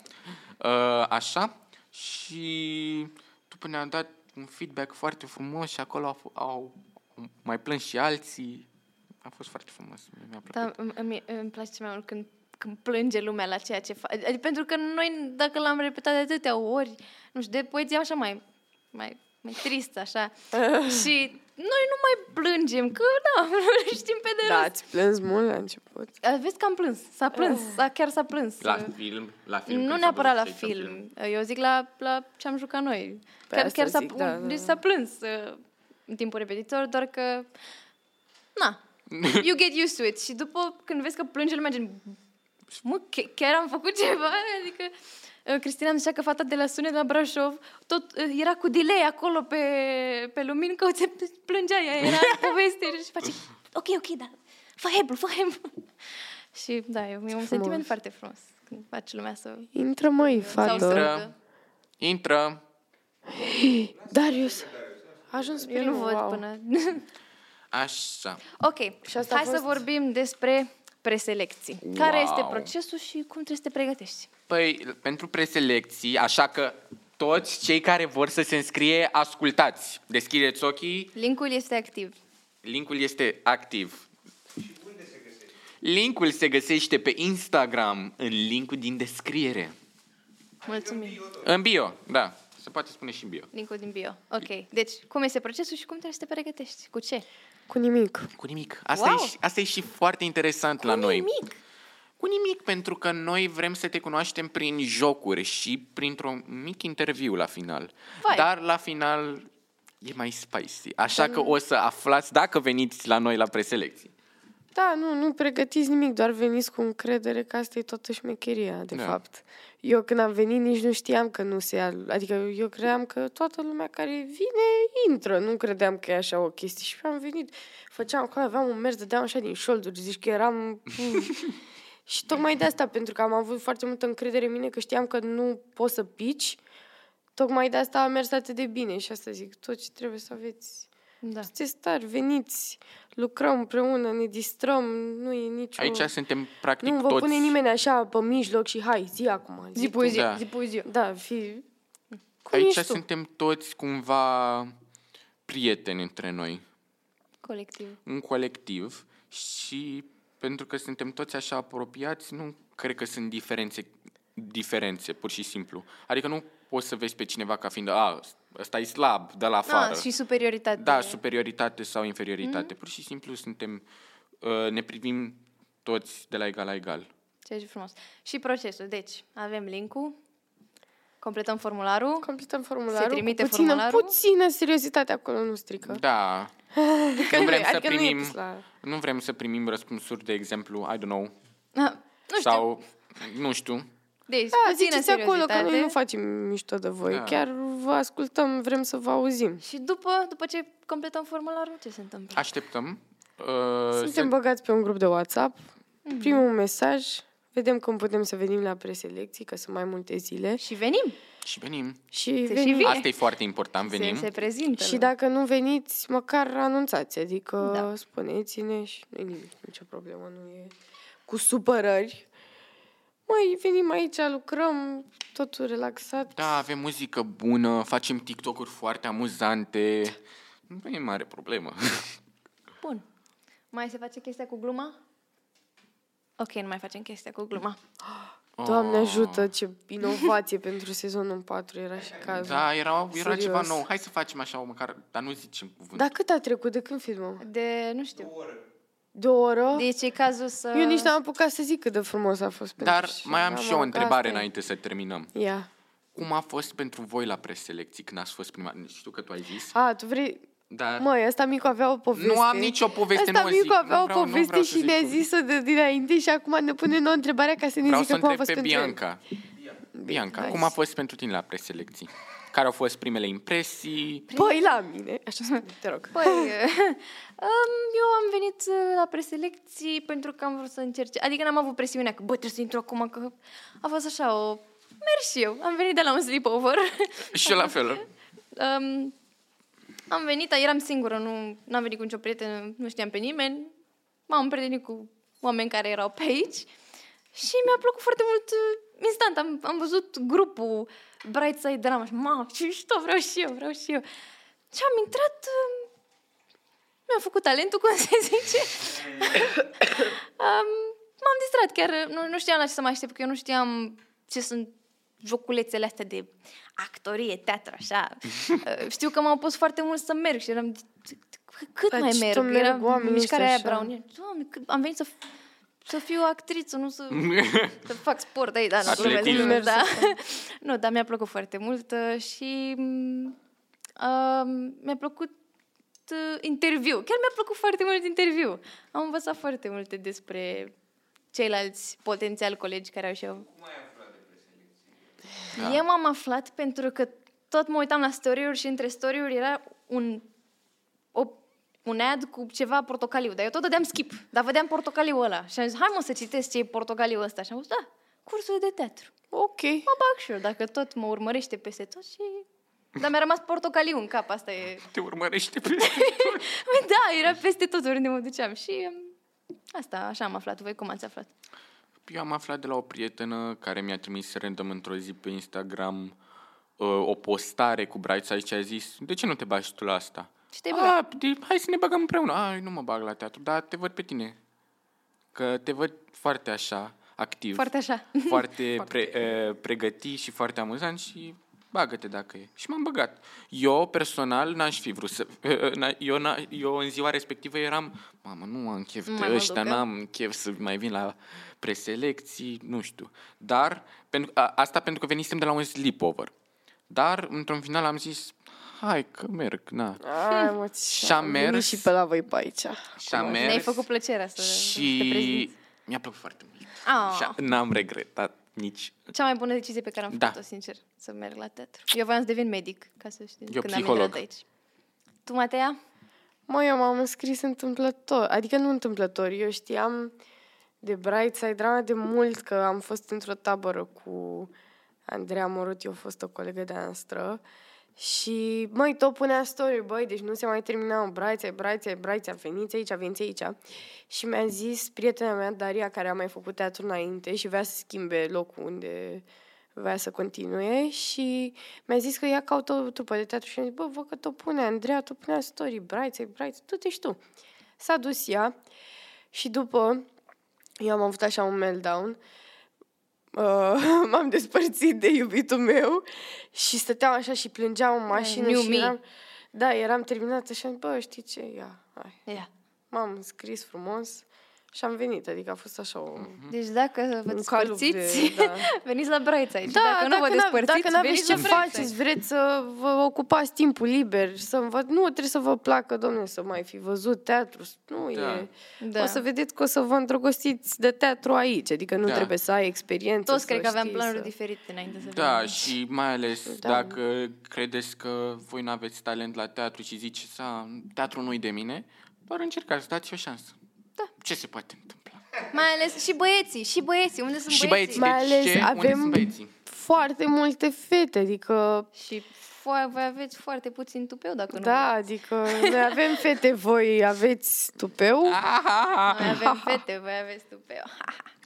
Uh, așa. Și după ne-a dat un feedback foarte frumos și acolo au, f- au mai plâns și alții. A fost foarte frumos. Mie Mi-a plăcut.
Da, îmi- îmi, îmi place cel mai mult când, când plânge lumea la ceea ce faci. Adică, pentru că noi, dacă l-am repetat de atâtea ori, nu știu, de poezie așa mai, mai, mai tristă, așa. și noi nu mai plângem, că da, nu știm pe de
Da,
da.
ați plâns mult la început.
Vezi că am plâns, s-a plâns,
Ah.
s-a, chiar s-a plâns.
La film? La film
nu
când s-a
neapărat la
văzut ce-i
film. Eu zic la, la ce am jucat noi.
Pe
chiar
asta
chiar s-a,
zic, da, da,
deci
da.
s-a plâns uh, în timpul repetitor, doar că... Na, you get used to it. Și după, când vezi că plânge lumea, gen... Mă, ch- chiar am făcut ceva? Adică... uh, Cristina îmi zicea că fata de la Sune, de la Brașov, tot uh, era cu delay acolo pe, pe lumini, că se plângea ea, era în poveste și face, ok, ok, da, fă hebru, fă hebru. Și da, e un sentiment foarte frumos când faci lumea să
Intră, măi,
să
fată.
Intră.
râdă.
Intră.
Darius. A ajuns
Eu nu
primul,
văd
wow.
până...
Așa.
ok,
Și asta a
hai să
fost-
vorbim despre preselecții. Care este
Wow.
procesul și cum trebuie să te pregătești?
Păi, pentru preselecții, așa că toți cei care vor să se înscrie, ascultați. Deschideți ochii,
Linkul este activ.
Linkul este activ. Linkul se găsește pe Instagram în linkul din descriere.
Mulțumim.
Adică În bio, da. Se poate spune și în bio.
Linkul din bio. Ok. Deci, cum este procesul și cum trebuie să te pregătești? Cu ce?
Cu nimic.
Cu nimic. Asta, wow.
Wow!
e, și- asta e și foarte interesant la noi.
Nimic.
Cu nimic, pentru că noi vrem să te cunoaștem prin jocuri și printr-un mic interviu la final.
Vai.
Dar la final e mai spicy. Așa că o să aflați dacă veniți la noi la preselecții.
Da, nu, nu pregătiți nimic, doar veniți cu încredere că asta e toată șmecheria, de
Da.
da. fapt. Eu când am venit nici nu știam că nu se ia, adică eu credeam că toată lumea care vine intră, nu credeam că e așa o chestie și am venit, făceam că aveam un mers, dădeam așa din șolduri, zici că eram... mm. și tocmai de asta, pentru că am avut foarte multă încredere în mine că știam că nu poți să pici, tocmai de asta a mers atât de bine și asta zic, tot ce trebuie să aveți
Da.
sunteți tari, veniți, lucrăm împreună, ne distrăm, nu e nicio...
Aici suntem practic
nu vă
toți...
pune nimeni așa pe mijloc și hai, zi acum.
Zi
tu.
poezie,
Da.
da. zi poezie.
Da, fi... Cum
Aici
ești tu?
suntem toți cumva prieteni între noi,
Colectiv.
un colectiv și pentru că suntem toți așa apropiați, nu cred că sunt diferențe, diferențe pur și simplu. Adică nu poți să vezi pe cineva ca fiind, a, ăsta e slab, de la afară.
Ah, și Mhm. superioritate.
Da, superioritate sau inferioritate. Mm-hmm. Pur și simplu suntem, uh, ne privim toți de la egal la egal.
Ceea ce e frumos. Și procesul. Deci, avem linkul, completăm formularul.
Completăm formularul.
Se trimite
cu puțină,
formularul?
Puțină seriozitate acolo, nu strică.
Da,
Adică
nu vrem
e-
să
adică nu e
primim,
pus la...
nu vrem să primim răspunsuri, de exemplu, I don't know,
Ah, Nu știu. Sau...
Sau, nu știu.
Deci,
Da,
puțină
ziceți acolo că noi
seriozitate.
nu facem mișto de voi.
Da.
Da. Chiar vă ascultăm, vrem să vă auzim.
Și după, după ce completăm formularul, ce se întâmplă?
Așteptăm. Uh,
Suntem
sunt-
băgați pe un grup de WhatsApp, mm-hmm. primim un mesaj, vedem cum putem să venim la preselecții, că sunt mai multe zile.
Și venim.
și venim.
Și
și
venim.
vine.
Asta e foarte important, venim.
Se, se prezintă.
Și dacă nu veniți, măcar anunțați, adică
Da.
da. spuneți-ne și nu e nimic, nicio problemă, nu e cu supărări. Măi, venim aici, lucrăm, totul relaxat.
Da, avem muzică bună, facem TikTok-uri foarte amuzante. Nu e mare problemă.
Bun. Mai se face chestia cu gluma? Ok, nu mai facem chestia cu gluma.
Doamne
Ah.
ajută, ce inovație pentru sezonul 4 era și cazul.
Da, era, era
Serios. Da,
ceva nou. Hai să facem așa, măcar, dar nu zicem cuvânt.
Dar cât a trecut de când filmăm?
De, nu știu.
O oră.
Două oră?
Deci e cazul să...
Eu nici n-am apucat să zic cât de frumos a fost pentru
Dar
și
mai am și eu o
apucat,
întrebare
Da, asta e.
înainte să terminăm.
Ia.
Cum a fost pentru voi la preselecții când ați fost prima? Știu că tu ai zis,
A, tu vrei...
dar
Măi, ăsta micu avea o poveste.
nu am nicio poveste,
Asta
nu o
micu
zic. nu
avea o
vreau- nu vreau
poveste
să
și
zic
ne-a
cuvânt.
zis-o de dinainte și acum ne pune nouă întrebarea ca să ne
Vreau
zică
să
cum a
întreb
fost
pe
pentru el.
Bianca. Bianca,
Nice.
cum a fost pentru tine la preselecții? Care au fost primele impresii?
Păi la mine, așa spune, te rog.
Păi, um, eu am venit uh, la preselecții pentru că am vrut să încerce. Adică n-am avut presiunea că, bă, trebuie să intru acum, că a fost așa o... Merg și eu. Am venit de la un sleepover.
Și eu la fel.
um, am venit, eram singură, nu am venit cu nicio prietenă, nu știam pe nimeni. M-am prietenit cu oameni care erau pe aici și mi-a plăcut foarte mult uh, instant. Am, am văzut grupul Bright Side Drama și ma, ce mișto, vreau și eu, vreau și eu. Și am intrat, uh, mi-a făcut talentul, cum se zice. um, m-am distrat, chiar nu, nu știam la ce să mă aștept, că eu nu știam ce sunt joculețele astea de actorie, teatru, așa. Uh, Știu că m-au pus foarte mult să merg și eram... Cât
Dar
mai
ce
merg?
tot merg
Era
oamenii
mișcarea aia
ăștia așa.
brownie. Doamne, cât- am venit să, f- să fiu actriță, nu să... Să fac sport, ai, da, nu
Atletism.
glumesc, nu,
Mersi.
da. nu, dar mi-a plăcut foarte mult uh, și mm, uh, mi-a plăcut uh, interviu. Chiar mi-a plăcut foarte mult interviu. Am învățat foarte multe despre ceilalți potențial colegi care au și eu.
Cum ai aflat de preselecție?
Da.
Da. Eu m-am aflat pentru că tot mă uitam la story-uri și între story-uri era un, o, un ad cu ceva portocaliu, dar eu tot dădeam skip, dar vedeam portocaliu ăla. Și am zis, hai mă să citesc ce e portocaliu ăsta. Și am zis, da, cursul de teatru.
Ok.
Mă bag și eu, dacă tot mă urmărește peste tot și... Dar mi-a rămas portocaliu în cap, asta e...
Te urmărește pe...
Băi, Da, era peste tot oriunde mă duceam și... um, Asta, așa am aflat. Voi cum ați aflat?
Eu am aflat de la o prietenă care mi-a trimis random într-o zi pe Instagram uh, o postare cu Braița și a zis, de ce nu te bagi tu la asta?
Și te-ai băgat.
A, de, hai să ne băgăm împreună. Ai, nu mă bag la teatru, dar te văd pe tine. Că te văd foarte așa, activ.
Foarte așa.
Foarte, pre, uh, pregătit și foarte amuzant și bagă-te dacă e. Și m-am băgat. Eu, personal, n-aș fi vrut să... n-a- Eu, n-a, eu în ziua respectivă eram... Mamă, nu am chef
Nu
de
mai mă
ăștia,
duc, da.
n-am chef să mai vin la preselecții, nu știu. Dar, pentru, a, asta pentru că venisem de la un sleepover. Dar, într-un final, am zis... Hai că merg, na.
Ai, mă, ce-
Și-a
am venit
mers.
și pe la voi pe aici.
Și am mers
Ne-ai făcut plăcerea să, să te
și
prezinți.
mi-a plăcut foarte mult.
Ah.
Și a- n-am regretat nici.
Cea mai bună decizie pe care am
Da.
făcut-o, sincer, să merg la teatru. Eu voiam să devin medic, ca să știi,
Eu
când am
psiholog.
intrat aici. Tu, Mateea?
Mă, eu m-am înscris întâmplător, adică nu întâmplător, eu știam de Bright Side Drama de mult că am fost într-o tabără cu Andreea Morut, eu fost o colegă de-a noastră și, măi, tot punea story, băi, deci nu se mai termina, mă, Bright Side, Bright Side, Bright Side, veniți aici, veniți aici. Și mi-a zis prietena mea, Daria, care a mai făcut teatru înainte și vrea să schimbe locul unde vrea să continue și mi-a zis că ea caută o trupă de teatru și am zis, bă, văd că tot pune Andreea, tot punea story, braiță, braiță, tu te și tu. S-a dus ea și după, eu am avut așa un meltdown, Uh, m-am despărțit de iubitul meu și stăteam așa și plângeam în mașină
Da, new
și
me.
eram, da, eram terminată și am zis, bă, știi ce, ia, hai.
Ia.
M-am înscris frumos și am venit, adică a fost așa o...
Deci dacă vă
Un calup de-
despărțiți,
da.
veniți la Braița aici.
Da,
dacă, nu vă
n-a-
despărțiți,
dacă n-aveți
veniți
ce
la Braița aici.
faceți, vreți să vă ocupați timpul liber, să învă... nu, trebuie să vă placă, domnule, să mai fi văzut teatru, nu
Da.
e...
Da.
O să vedeți că o să vă îndrăgostiți de teatru aici, adică nu
Da.
trebuie să ai experiență,
Toți
să
cred că aveam
știi
planuri
să...
diferite înainte să
Da,
venim.
și mai ales
Da.
da. dacă credeți că voi nu aveți talent la teatru și ziceți, a, teatru nu-i de mine, doar încercați, dați o șansă.
Da.
Ce se poate întâmpla?
Mai ales și băieții, și băieții, unde sunt
și
băieții?
băieții,
Mai
deci
ales
ce? Unde
avem-
sunt băieții?
Foarte multe fete, adică...
Și fo- voi aveți foarte puțin tupeu dacă nu
Da, adică noi avem fete, voi aveți tupeu.
Aha!
Noi avem fete, voi aveți tupeu.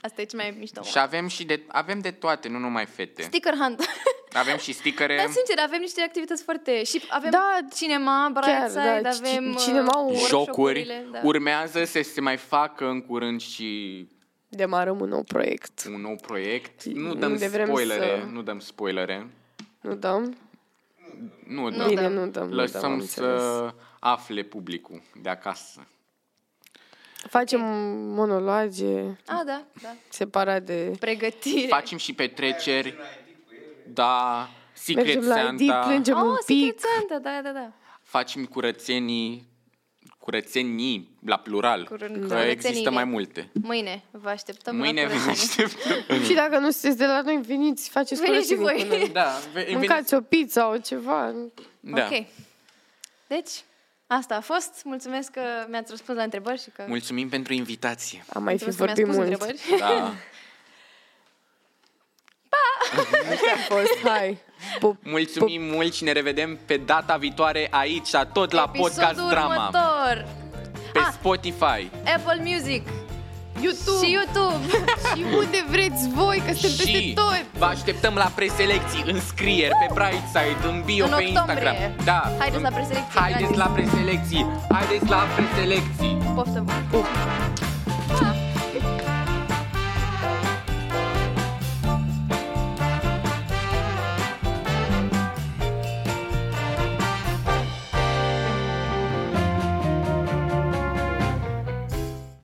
Asta e ce mai mișto.
Și avem și de, avem de toate, nu numai fete.
Sticker hunt.
Avem și sticăre.
Dar sincer, avem niște activități foarte... Și avem
Da,
cinema,
chiar,
braițaid,
da, ci-
avem...
cinema,
uh,
jocuri.
workshop-urile, da.
Urmează să se mai facă în curând și
demarăm un nou proiect.
un nou proiect. Nu dăm
Unde vrem
spoilere,
să-
nu dăm spoilere.
Nu dăm?
Nu,
Nu
dăm.
Bine,
dăm.
nu dăm. nu dăm,
lăsăm
am înțeles.
să afle publicul de acasă.
Facem monologe
A, da, da.
separat de...
Pregătire.
Facem și petreceri, da, Secret
Mergem la ID,
Santa,
plângem un
oh,
pic.
secrețantă, da, da, da.
facem curățenii, curățenii, la plural,
Curân-
că există
curățenile.
mai multe.
Mâine vă așteptăm
Mâine
la
vă
curățenie.
așteptăm.
Și dacă nu sunteți de la noi, veniți, faceți
Veniți și
curățenie
voi.
cu noi.
Da, ve-
Mâncați o pizza, o ceva.
da.
Ok. Deci, asta a fost. Mulțumesc că mi-ați răspuns la întrebări și că...
Mulțumim pentru invitație.
Am mai fi
mulțumesc că mi-ați
vorbit
pus
mult.
întrebări.
Da.
A fost, hai. Pup.
Mulțumim mult și ne revedem pe data viitoare aici, tot la Podcast
Episodul
Drama,
următor.
pe
Ah.
Spotify.
Apple Music
YouTube.
și YouTube.
Și unde vreți voi, că suntem peste
Și
tot.
vă așteptăm la preselecții, înscrieri pe Brightside, în bio
În
pe
octombrie.
Instagram. Da.
Haideți la preselecții,
Haideți
gratis.
la preselecții. Haideți la preselecții.
Poftă bună.
Pup.